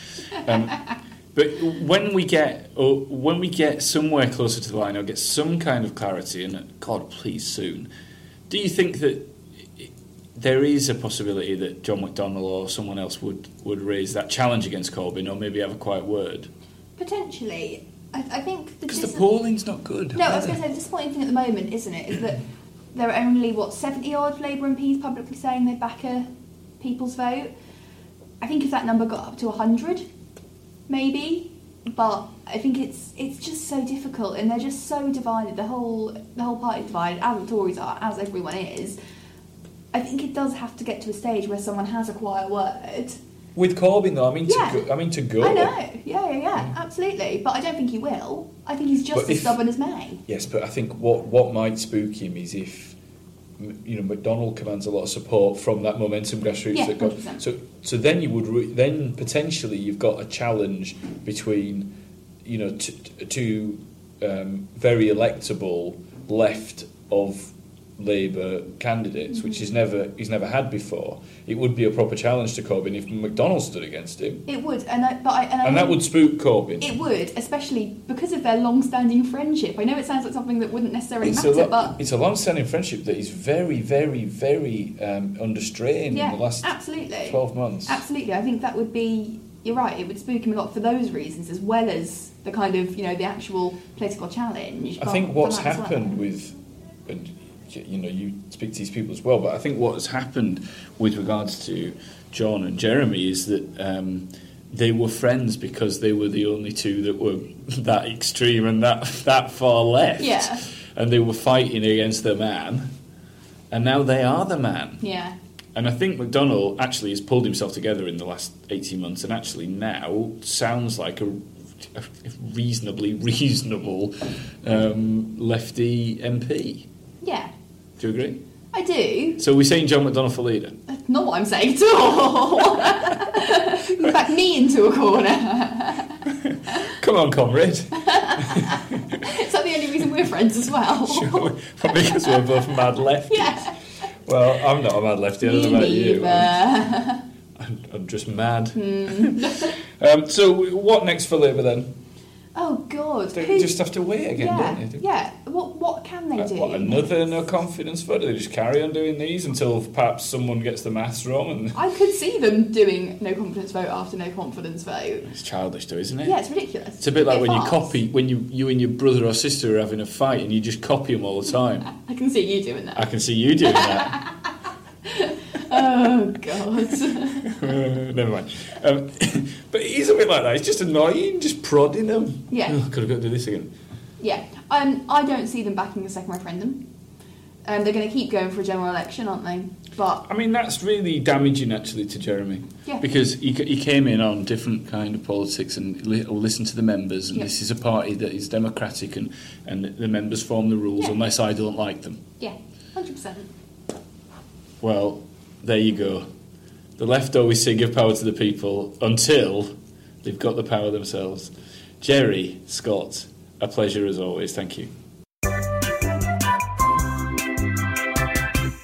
[SPEAKER 1] Um, (laughs) but when we get or when we get somewhere closer to the line or get some kind of clarity, and God, please soon, do you think that there is a possibility that John McDonnell or someone else would, would raise that challenge against Corbyn or maybe have a quiet word?
[SPEAKER 4] Potentially. I, I think the
[SPEAKER 1] Because the
[SPEAKER 4] dis-
[SPEAKER 1] polling's not good.
[SPEAKER 4] No, I was going to say the disappointing thing at the moment, isn't it, is that there are only what seventy odd Labour MPs publicly saying they back a people's vote. I think if that number got up to hundred, maybe. But I think it's it's just so difficult, and they're just so divided. The whole the whole party's divided, as the Tories are, as everyone is. I think it does have to get to a stage where someone has a quiet word.
[SPEAKER 1] With Corbyn though, I mean
[SPEAKER 4] Yeah.
[SPEAKER 1] to go, I mean to go.
[SPEAKER 4] I know. Yeah, yeah, yeah. Absolutely. But I don't think he will. I think he's just
[SPEAKER 1] But
[SPEAKER 4] as
[SPEAKER 1] if-
[SPEAKER 4] stubborn as May.
[SPEAKER 1] Yes, but I think what what might spook him is if m- you know McDonald commands a lot of support from that momentum grassroots
[SPEAKER 4] Yeah,
[SPEAKER 1] that got
[SPEAKER 4] 100%.
[SPEAKER 1] so so then you would re- then potentially you've got a challenge between you know t- t- two um, very electable left of Labour candidates, which
[SPEAKER 4] Mm-hmm.
[SPEAKER 1] he's never he's never had before. It would be a proper challenge to Corbyn if McDonald stood against him,
[SPEAKER 4] It would, and I, but I, and, I
[SPEAKER 1] and that
[SPEAKER 4] think
[SPEAKER 1] would spook Corbyn.
[SPEAKER 4] Um, It would, especially because of their long-standing friendship. I know it sounds like something that wouldn't necessarily
[SPEAKER 1] it's a,
[SPEAKER 4] matter,
[SPEAKER 1] lo-
[SPEAKER 4] but
[SPEAKER 1] it's a long-standing friendship that is very, very, very um, under strain
[SPEAKER 4] yeah,
[SPEAKER 1] in the last
[SPEAKER 4] absolutely,
[SPEAKER 1] twelve months.
[SPEAKER 4] absolutely. I think that would be. You're right. It would spook him a lot for those reasons, as well as the kind of you know the actual political challenge.
[SPEAKER 1] I
[SPEAKER 4] but
[SPEAKER 1] think
[SPEAKER 4] for
[SPEAKER 1] what's
[SPEAKER 4] that as well.
[SPEAKER 1] happened with, and you know, you speak to these people as well. But I think what has happened with regards to John and Jeremy is that um, they were friends because they were the only two that were (laughs) that extreme and that that far left.
[SPEAKER 4] Yeah.
[SPEAKER 1] And they were fighting against the man, and now they are the man.
[SPEAKER 4] Yeah.
[SPEAKER 1] And I think McDonnell actually has pulled himself together in the last 18 months and actually now sounds like a, a reasonably (laughs) reasonable um, lefty MP.
[SPEAKER 4] Yeah.
[SPEAKER 1] Do you agree?
[SPEAKER 4] I do.
[SPEAKER 1] So we're saying John McDonnell for leader.
[SPEAKER 4] That's not what I'm saying at all. (laughs) you back me into a corner.
[SPEAKER 1] Come on, comrade. (laughs)
[SPEAKER 4] Is that the only reason we're friends as well?
[SPEAKER 1] because we're both mad lefties.
[SPEAKER 4] (laughs) Yeah.
[SPEAKER 1] Well, I'm not a mad lefty. I don't know
[SPEAKER 4] Me
[SPEAKER 1] about you. I'm,
[SPEAKER 4] neither. Hmm.
[SPEAKER 1] I'm just mad. (laughs) um, so what next for Labour then?
[SPEAKER 4] Oh God.
[SPEAKER 1] They
[SPEAKER 4] Who-
[SPEAKER 1] just have to wait again,
[SPEAKER 4] yeah.
[SPEAKER 1] don't they?
[SPEAKER 4] Yeah. What What can they
[SPEAKER 1] Uh,
[SPEAKER 4] do?
[SPEAKER 1] What, another no confidence vote? Do they just carry on doing these until perhaps someone gets the maths wrong? And (laughs)
[SPEAKER 4] I could see them doing no confidence vote after no confidence vote.
[SPEAKER 1] it's childish, though, isn't it?
[SPEAKER 4] Yeah, it's ridiculous.
[SPEAKER 1] It's a bit like when you
[SPEAKER 4] farce.
[SPEAKER 1] copy when you you and your brother or sister are having a fight and you just copy them all the
[SPEAKER 4] (laughs)
[SPEAKER 1] time.
[SPEAKER 4] I can see you doing
[SPEAKER 1] I
[SPEAKER 4] that.
[SPEAKER 1] can see you doing that. (laughs)
[SPEAKER 4] Oh (laughs) God.
[SPEAKER 1] Uh, Never mind. Um, (coughs) but it is a bit like that. It's just annoying, just prodding them.
[SPEAKER 4] Yeah.
[SPEAKER 1] Oh, could have got to do this again.
[SPEAKER 4] (laughs) yeah. Um, I don't see them backing a second referendum. Um, they're going to keep going for a general election, aren't they? But
[SPEAKER 1] I mean, that's really damaging actually to Jeremy.
[SPEAKER 4] Yeah.
[SPEAKER 1] Because he, c- he came in on different kind of politics and li- or listen to the members, and
[SPEAKER 4] Yeah.
[SPEAKER 1] this is a party that is democratic and, and the members form the rules
[SPEAKER 4] Yeah.
[SPEAKER 1] unless I don't like them.
[SPEAKER 4] yeah, hundred percent.
[SPEAKER 1] Well, there you go. The left always say give power to the people until they've got the power themselves. Jerry, Scott, a pleasure as always. Thank you.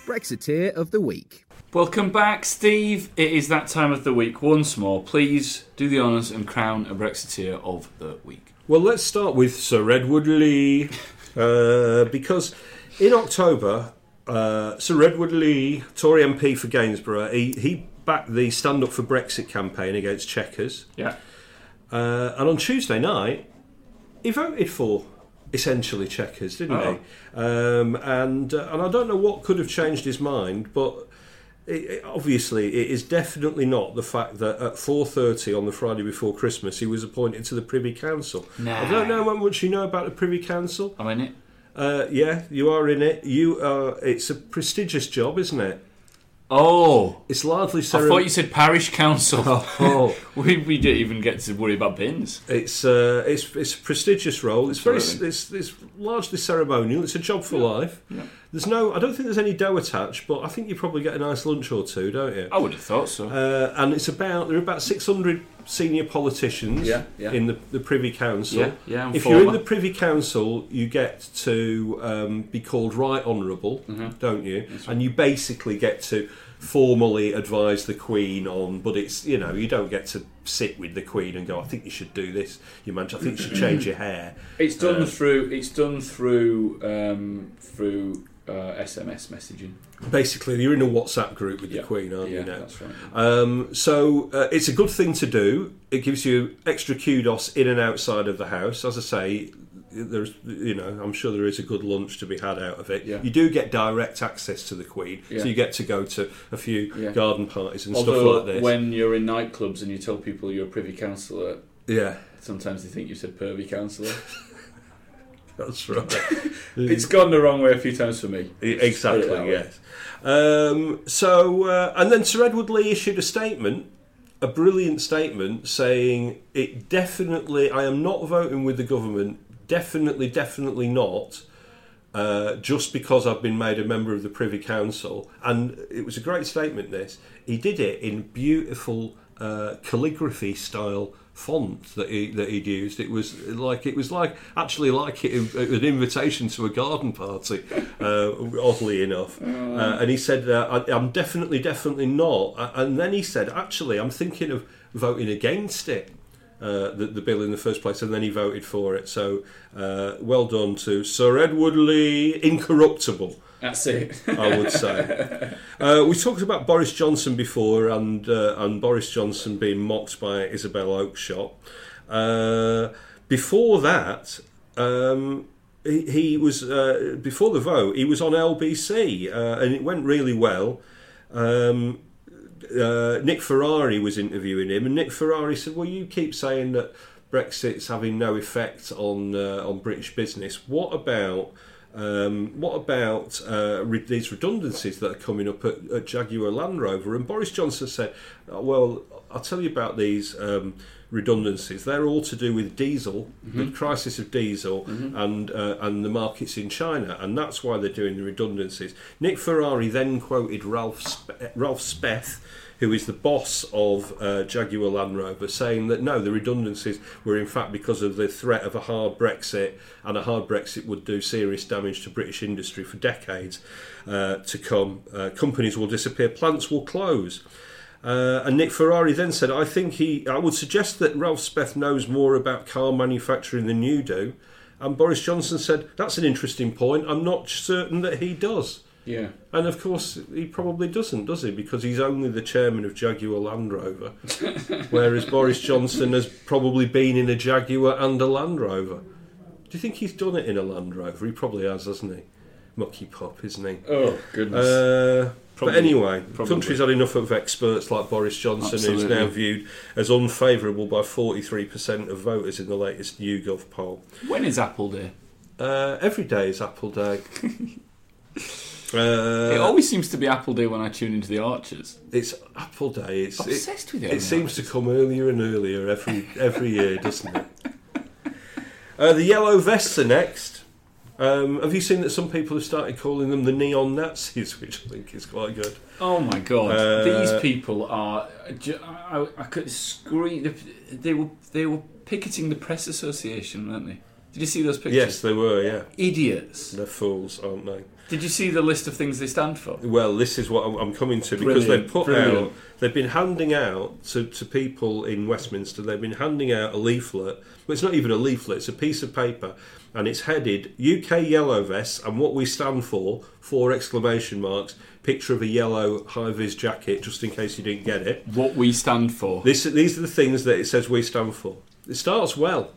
[SPEAKER 5] Brexiteer of the Week.
[SPEAKER 6] Welcome back, Steve. It is that time of the week once more. Please do the honours and crown a Brexiteer of the week.
[SPEAKER 2] Well, let's start with Sir Redwood Lee, uh, because in October, uh, Sir Redwood Lee, Tory MP for Gainsborough, he, he backed the Stand Up for Brexit campaign against Chequers,
[SPEAKER 6] Yeah.
[SPEAKER 2] uh, and on Tuesday night, he voted for essentially Chequers, didn't he?
[SPEAKER 6] Uh-huh.
[SPEAKER 2] Um, and uh, and I don't know what could have changed his mind, but. It, it- obviously, it is definitely not the fact that at four thirty on the Friday before Christmas he was appointed to the Privy Council.
[SPEAKER 6] Nah.
[SPEAKER 2] I don't know how much you know about the Privy Council.
[SPEAKER 6] I'm in it.
[SPEAKER 2] Uh, yeah, you are in it. You are. It's a prestigious job, isn't it?
[SPEAKER 6] Oh,
[SPEAKER 2] It's largely.
[SPEAKER 6] I
[SPEAKER 2] Cere-
[SPEAKER 6] thought you said parish council.
[SPEAKER 2] Oh.
[SPEAKER 6] (laughs) we, we didn't even get to worry about bins.
[SPEAKER 2] It's uh, it's it's a prestigious role. It's very
[SPEAKER 6] Absolutely.
[SPEAKER 2] it's, it's largely ceremonial. It's a job for life. There's no. I don't think there's any dough attached, but I think you probably get a nice lunch or two, don't you?
[SPEAKER 6] I would have thought so.
[SPEAKER 2] Uh, and it's about there are about 600 senior politicians
[SPEAKER 6] Yeah, yeah.
[SPEAKER 2] in the, the Privy Council.
[SPEAKER 6] Yeah, yeah, and
[SPEAKER 2] if you're in
[SPEAKER 6] former.
[SPEAKER 2] the Privy Council, you get to um, be called Right Honourable,
[SPEAKER 6] Mm-hmm.
[SPEAKER 2] don't you? And you basically get to formally advise the Queen on, but it's you know you don't get to sit with the Queen and go, I think you should do this, you man, I think you should change
[SPEAKER 6] (clears throat)
[SPEAKER 2] your hair.
[SPEAKER 6] It's done
[SPEAKER 2] uh,
[SPEAKER 6] through. It's done through um, through uh, SMS messaging.
[SPEAKER 2] Basically, you're in a WhatsApp group with
[SPEAKER 6] Yeah.
[SPEAKER 2] the Queen, aren't
[SPEAKER 6] Yeah,
[SPEAKER 2] you now?
[SPEAKER 6] that's right.
[SPEAKER 2] Um, so uh, it's a good thing to do. It gives you extra kudos in and outside of the house. As I say, there's you know I'm sure there is a good lunch to be had out of it.
[SPEAKER 6] Yeah.
[SPEAKER 2] You do get direct access to the Queen,
[SPEAKER 6] Yeah.
[SPEAKER 2] so you get to go to a few
[SPEAKER 6] Yeah.
[SPEAKER 2] garden parties and
[SPEAKER 6] Although
[SPEAKER 2] stuff like this.
[SPEAKER 6] when you're in nightclubs and you tell people you're a privy councillor,
[SPEAKER 2] yeah,
[SPEAKER 6] sometimes they think you said pervy
[SPEAKER 2] (laughs)
[SPEAKER 6] councillor. (laughs)
[SPEAKER 2] that's right.
[SPEAKER 6] it's gone the wrong way a few times for me.
[SPEAKER 2] E, Exactly.
[SPEAKER 6] Put it that way.
[SPEAKER 2] Yes. Um, so, uh, and then Sir Edward Lee issued a statement, a brilliant statement, saying it definitely. I am not voting with the government. Definitely, definitely not. Uh, just because I've been made a member of the Privy Council, and it was a great statement. This he did it in beautiful uh, calligraphy style font that he that he'd used. It was like it was like actually like it, an invitation to a garden party, uh, oddly enough. Uh, and he said, uh, I, "I'm definitely, definitely not." A- And then he said, "Actually, I'm thinking of voting against it." uh, the, the bill in the first place, and then he voted for it. So uh, well done to Sir Edward Lee, incorruptible.
[SPEAKER 6] That's it. (laughs)
[SPEAKER 2] I would say. uh, we talked about Boris Johnson before, and uh, and Boris Johnson being mocked by Isabel Oakeshott. Uh, before that, um, he, he was uh, before the vote. He was on LBC, uh, and it went really well. Um, uh, Nick Ferrari was interviewing him, and Nick Ferrari said, "Well, you keep saying that Brexit's having no effect on uh, on British business. What about?" Um, what about uh, re- these redundancies that are coming up at, at Jaguar Land Rover? And Boris Johnson said, "Oh, "Well, I'll tell you about these um, redundancies. They're all to do with diesel, the crisis of diesel, and uh, and the markets in China, and that's why they're doing the redundancies." Nick Ferrari then quoted Ralph Spe- Ralph Speth. Who is the boss of uh, Jaguar Land Rover saying that no, the redundancies were in fact because of the threat of a hard Brexit, and a hard Brexit would do serious damage to British industry for decades uh, to come. Uh, companies will disappear, plants will close. Uh, and Nick Ferrari then said, "I think he. I would suggest that Ralph Speth knows more about car manufacturing than you do." And Boris Johnson said, "That's an interesting point. I'm not certain that he does."
[SPEAKER 1] Yeah.
[SPEAKER 2] And of course, he probably doesn't, does he? Because he's only the chairman of Jaguar Land Rover, whereas Boris Johnson has probably been in a Jaguar and a Land Rover. Do you think he's done it in a Land Rover? He probably has, hasn't he? Mucky pop, isn't he?
[SPEAKER 1] Oh goodness.
[SPEAKER 2] Uh,
[SPEAKER 1] Probably.
[SPEAKER 2] but anyway,
[SPEAKER 1] Probably.
[SPEAKER 2] countries had enough of experts like Boris Johnson, who's
[SPEAKER 7] Absolutely.
[SPEAKER 2] now viewed as unfavourable by 43% of voters in the latest YouGov poll.
[SPEAKER 1] when is Apple Day?
[SPEAKER 2] Uh, every day is
[SPEAKER 1] (laughs)
[SPEAKER 2] Apple Day. uh,
[SPEAKER 1] it always seems to be Apple Day when I tune into the Archers.
[SPEAKER 2] it's Apple Day. It's it-
[SPEAKER 1] Obsessed with it,
[SPEAKER 2] it.
[SPEAKER 1] aren't I?
[SPEAKER 2] seems to come earlier and earlier every every year, doesn't it? (laughs) Uh, the yellow vests are next. Um, have you seen that some people have started calling them the neon Nazis, (laughs) which I think is quite good.
[SPEAKER 1] Oh my god!
[SPEAKER 2] Uh,
[SPEAKER 1] These people are. ju- I, I- I could scream. They were they were picketing the press association, weren't they? Did you see those
[SPEAKER 2] Yes,
[SPEAKER 1] pictures?
[SPEAKER 2] they were. Yeah,
[SPEAKER 1] Idiots.
[SPEAKER 2] they're fools, aren't they?
[SPEAKER 1] Did you see the list of things they stand for?
[SPEAKER 2] Well, this is what I'm- I'm coming to because
[SPEAKER 1] Brilliant,
[SPEAKER 2] they've put
[SPEAKER 1] brilliant.
[SPEAKER 2] out, they've been handing out to, to people in Westminster, they've been handing out a leaflet. Well, it's not even a leaflet, it's a piece of paper and it's headed UK Yellow Vests and what we stand for, four exclamation marks, picture of a yellow high vis jacket, just in case you didn't get it.
[SPEAKER 1] What we stand for.
[SPEAKER 2] This, these are the things that it says we stand for. It starts well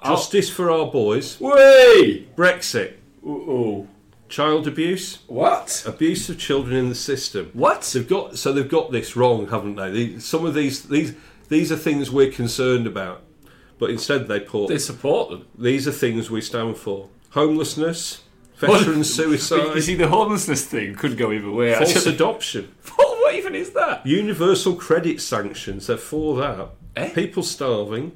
[SPEAKER 1] Oh.
[SPEAKER 2] justice for our boys,
[SPEAKER 1] Way.
[SPEAKER 2] Brexit,
[SPEAKER 1] Oh.
[SPEAKER 2] child abuse,
[SPEAKER 1] What?
[SPEAKER 2] abuse of children in the system.
[SPEAKER 1] What?
[SPEAKER 2] They've got so they've got this wrong, haven't they? These, some of these these these are things we're concerned about, but instead they put
[SPEAKER 1] They support them.
[SPEAKER 2] these are things we stand for:
[SPEAKER 1] (laughs)
[SPEAKER 2] homelessness, veteran
[SPEAKER 1] You
[SPEAKER 2] suicide,
[SPEAKER 1] see, the homelessness thing could go either way.
[SPEAKER 2] false
[SPEAKER 1] actually. (laughs)
[SPEAKER 2] adoption,
[SPEAKER 1] what even is that?
[SPEAKER 2] universal credit sanctions. They're for that.
[SPEAKER 1] Eh?
[SPEAKER 2] People starving,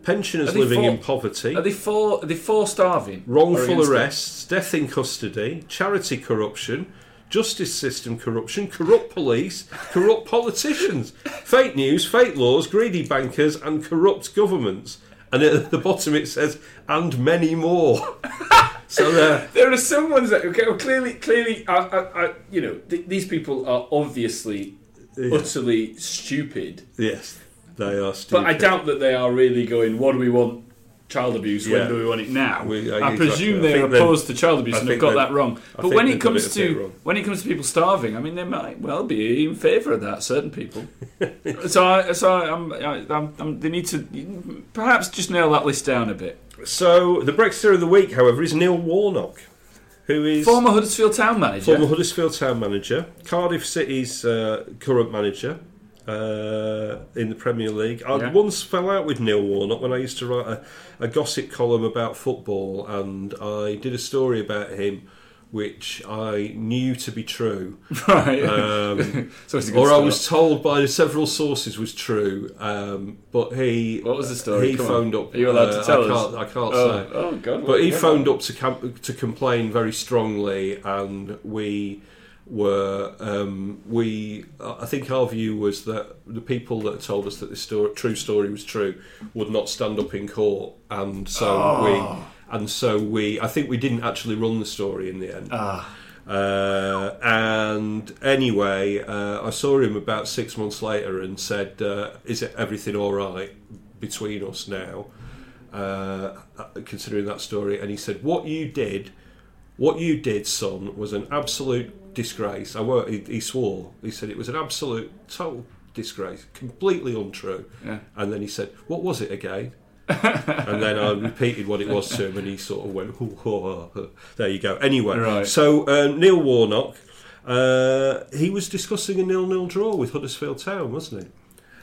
[SPEAKER 1] Are
[SPEAKER 2] pensioners
[SPEAKER 1] they
[SPEAKER 2] living
[SPEAKER 1] for-
[SPEAKER 2] in poverty.
[SPEAKER 1] Are they for? Are they for starving? Or
[SPEAKER 2] wrongful
[SPEAKER 1] against it?
[SPEAKER 2] arrests, death in custody, charity corruption, justice system corruption, corrupt police, corrupt politicians, fake news, fake laws, greedy bankers, and corrupt governments. And at the bottom it says, and many more. (laughs) so uh, there.
[SPEAKER 1] There are some ones that okay, well, clearly, clearly, I, I, I, you know, th- these people are obviously utterly stupid.
[SPEAKER 2] Yes, they are stupid.
[SPEAKER 1] But I doubt that they are really going. What do we want? Child abuse. When
[SPEAKER 2] Yeah.
[SPEAKER 1] do we want it now?
[SPEAKER 2] We-
[SPEAKER 1] I
[SPEAKER 2] exactly.
[SPEAKER 1] presume
[SPEAKER 2] I
[SPEAKER 1] they're
[SPEAKER 2] think they've-
[SPEAKER 1] opposed to child abuse
[SPEAKER 2] I
[SPEAKER 1] and they've
[SPEAKER 2] think
[SPEAKER 1] got
[SPEAKER 2] they've-
[SPEAKER 1] that wrong.
[SPEAKER 2] I
[SPEAKER 1] But
[SPEAKER 2] think
[SPEAKER 1] when
[SPEAKER 2] they've
[SPEAKER 1] it
[SPEAKER 2] got
[SPEAKER 1] comes
[SPEAKER 2] it a bit
[SPEAKER 1] to
[SPEAKER 2] wrong.
[SPEAKER 1] when it comes to people starving, I mean, they might well be in favour of that. Certain people.
[SPEAKER 2] (laughs)
[SPEAKER 1] so, I, so I'm, I, I'm, I'm, they need to perhaps just nail that list down a bit.
[SPEAKER 2] So the Brexiteer of the week, however, is Neil Warnock, who is
[SPEAKER 1] Former Huddersfield Town manager.
[SPEAKER 2] Former Huddersfield Town manager, Cardiff City's uh, current manager uh, in the Premier League. I
[SPEAKER 1] Yeah.
[SPEAKER 2] once fell out with Neil Warnock when I used to write a, a gossip column about football, and I did a story about him which I knew to be
[SPEAKER 1] (laughs)
[SPEAKER 2] true.
[SPEAKER 1] (laughs) right.
[SPEAKER 2] Um,
[SPEAKER 1] (laughs) so it's a good
[SPEAKER 2] or I
[SPEAKER 1] start.
[SPEAKER 2] was told by several sources was true, um, but he
[SPEAKER 1] What was the story?
[SPEAKER 2] He
[SPEAKER 1] Come on.
[SPEAKER 2] phoned up.
[SPEAKER 1] Are you allowed to
[SPEAKER 2] uh,
[SPEAKER 1] tell
[SPEAKER 2] I
[SPEAKER 1] us?
[SPEAKER 2] Can't, I can't
[SPEAKER 1] Oh,
[SPEAKER 2] say.
[SPEAKER 1] oh, God, what
[SPEAKER 2] But he
[SPEAKER 1] about
[SPEAKER 2] phoned up to com- to complain very strongly, and we were um, we. I think our view was that the people that told us that this story, true story was true would not stand up in court, and so
[SPEAKER 1] Ah.
[SPEAKER 2] we. And so we, I think we didn't actually run the story in the end.
[SPEAKER 1] Ah.
[SPEAKER 2] Uh, and anyway, uh, I saw him about six months later and said, uh, "Is it everything all right between us now?" Uh, considering that story, and he said, "What you did, what you did, son, was an absolute disgrace." I won't, he, he swore. He said it was an absolute total disgrace, completely untrue.
[SPEAKER 1] Yeah.
[SPEAKER 2] And then he said, "What was it again?" and then I repeated what it was to him, and he sort of went, "Hoo, hoo, hoo." "There you go." Anyway,
[SPEAKER 1] Right.
[SPEAKER 2] so uh, Neil Warnock, uh, he was discussing a nil-nil draw with Huddersfield Town, wasn't he?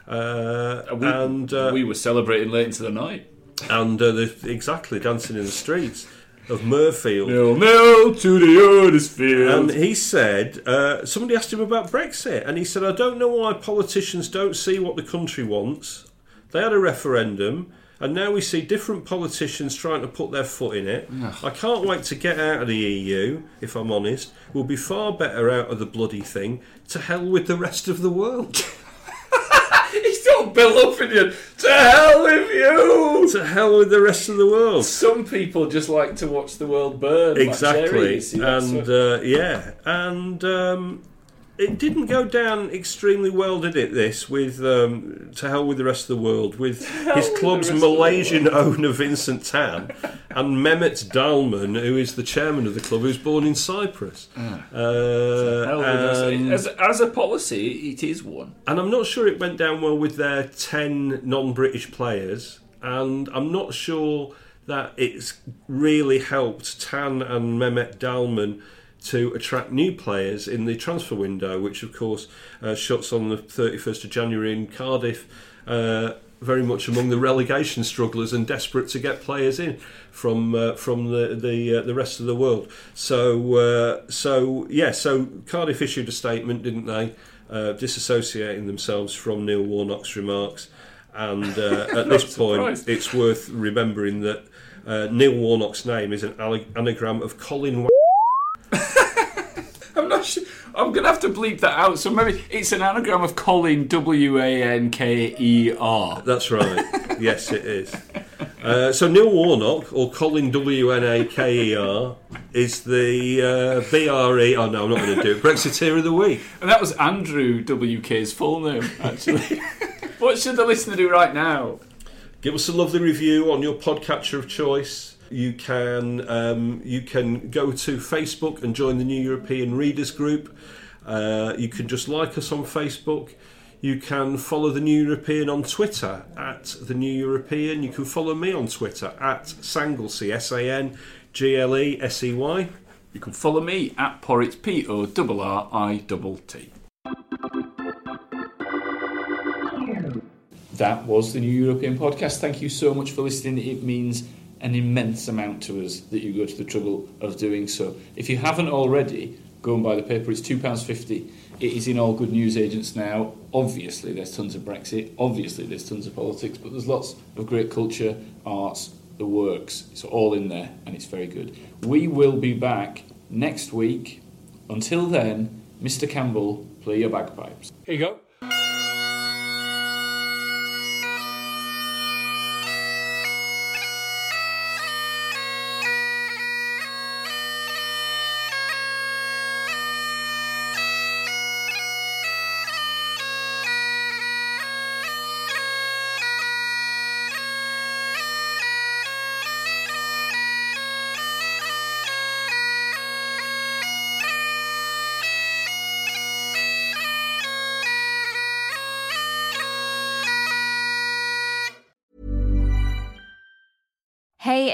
[SPEAKER 2] Uh,
[SPEAKER 1] we,
[SPEAKER 2] and uh,
[SPEAKER 1] we were celebrating late into the night.
[SPEAKER 2] and uh, the, exactly dancing in the streets of Murfield.
[SPEAKER 1] Nil nil to the
[SPEAKER 2] And
[SPEAKER 1] Huddersfield.
[SPEAKER 2] he said, uh, somebody asked him about Brexit, and he said, I don't know why politicians don't see what the country wants. They had a referendum, and now we see different politicians trying to put their foot in it. I can't wait to get out of the EU, if I'm honest. We'll be far better out of the bloody thing. To hell with the rest of the world.
[SPEAKER 1] He's still built up in you. To hell with you.
[SPEAKER 2] to hell with the rest of the world.
[SPEAKER 1] Some people just like to watch the world burn. like
[SPEAKER 2] exactly
[SPEAKER 1] cherries, you know, so-
[SPEAKER 2] and uh, yeah and um, it didn't go down extremely well did it this with um, to hell with the rest of the world with his club's
[SPEAKER 1] rest of the
[SPEAKER 2] malaysian (laughs) owner vincent tan and mehmet dalman who is the chairman of the club who's born in cyprus
[SPEAKER 1] Hell with us.
[SPEAKER 2] uh, and,
[SPEAKER 1] as, as a policy, it is one.
[SPEAKER 2] and i'm not sure it went down well with their 10 non-british players and i'm not sure that it's really helped Tan and Mehmet Dalman to attract new players in the transfer window, which of course uh, shuts on the 31st of January in Cardiff. Uh, very much among the relegation strugglers and desperate to get players in from uh, from the the, uh, the rest of the world. So uh, so yeah, so Cardiff issued a statement, didn't they, uh, disassociating themselves from Neil Warnock's remarks. And uh, at this point,
[SPEAKER 1] surprised.
[SPEAKER 2] it's worth remembering that uh, Neil Warnock's name is an alle- anagram of Colin. W-
[SPEAKER 1] I'm not sure. I'm gonna have to bleep that out. So maybe it's an anagram of Colin W A N K E R.
[SPEAKER 2] That's right. yes, it is. Uh, so Neil Warnock or Colin W N A K E R is the uh, B R E. Oh no, I'm not going to do it. Brexiteer of the week.
[SPEAKER 1] And that was Andrew WK's full name,
[SPEAKER 2] (laughs)
[SPEAKER 1] actually. what should the listener do right now?
[SPEAKER 2] Give us a lovely review on your podcatcher of choice. You can um, you can go to Facebook and join the New European Readers Group. Uh, you can just like us on Facebook. You can follow the New European on Twitter at the New European. You can follow me on Twitter at Sanglesey S A N G L E S E Y.
[SPEAKER 1] You can follow me at Porritt P O R R I T T.
[SPEAKER 7] That was the New European Podcast. Thank you so much for listening. It means an immense amount to us that you go to the trouble of doing so. If you haven't already, go and buy the paper. It's £2.50. It is in all good news agents now. Obviously, there's tons of Brexit. Obviously, there's tons of politics, but there's lots of great culture, arts, the works. It's all in there and it's very good. We will be back next week. Until then, Mr. Campbell, play your bagpipes.
[SPEAKER 1] Here you go.
[SPEAKER 8] Hey,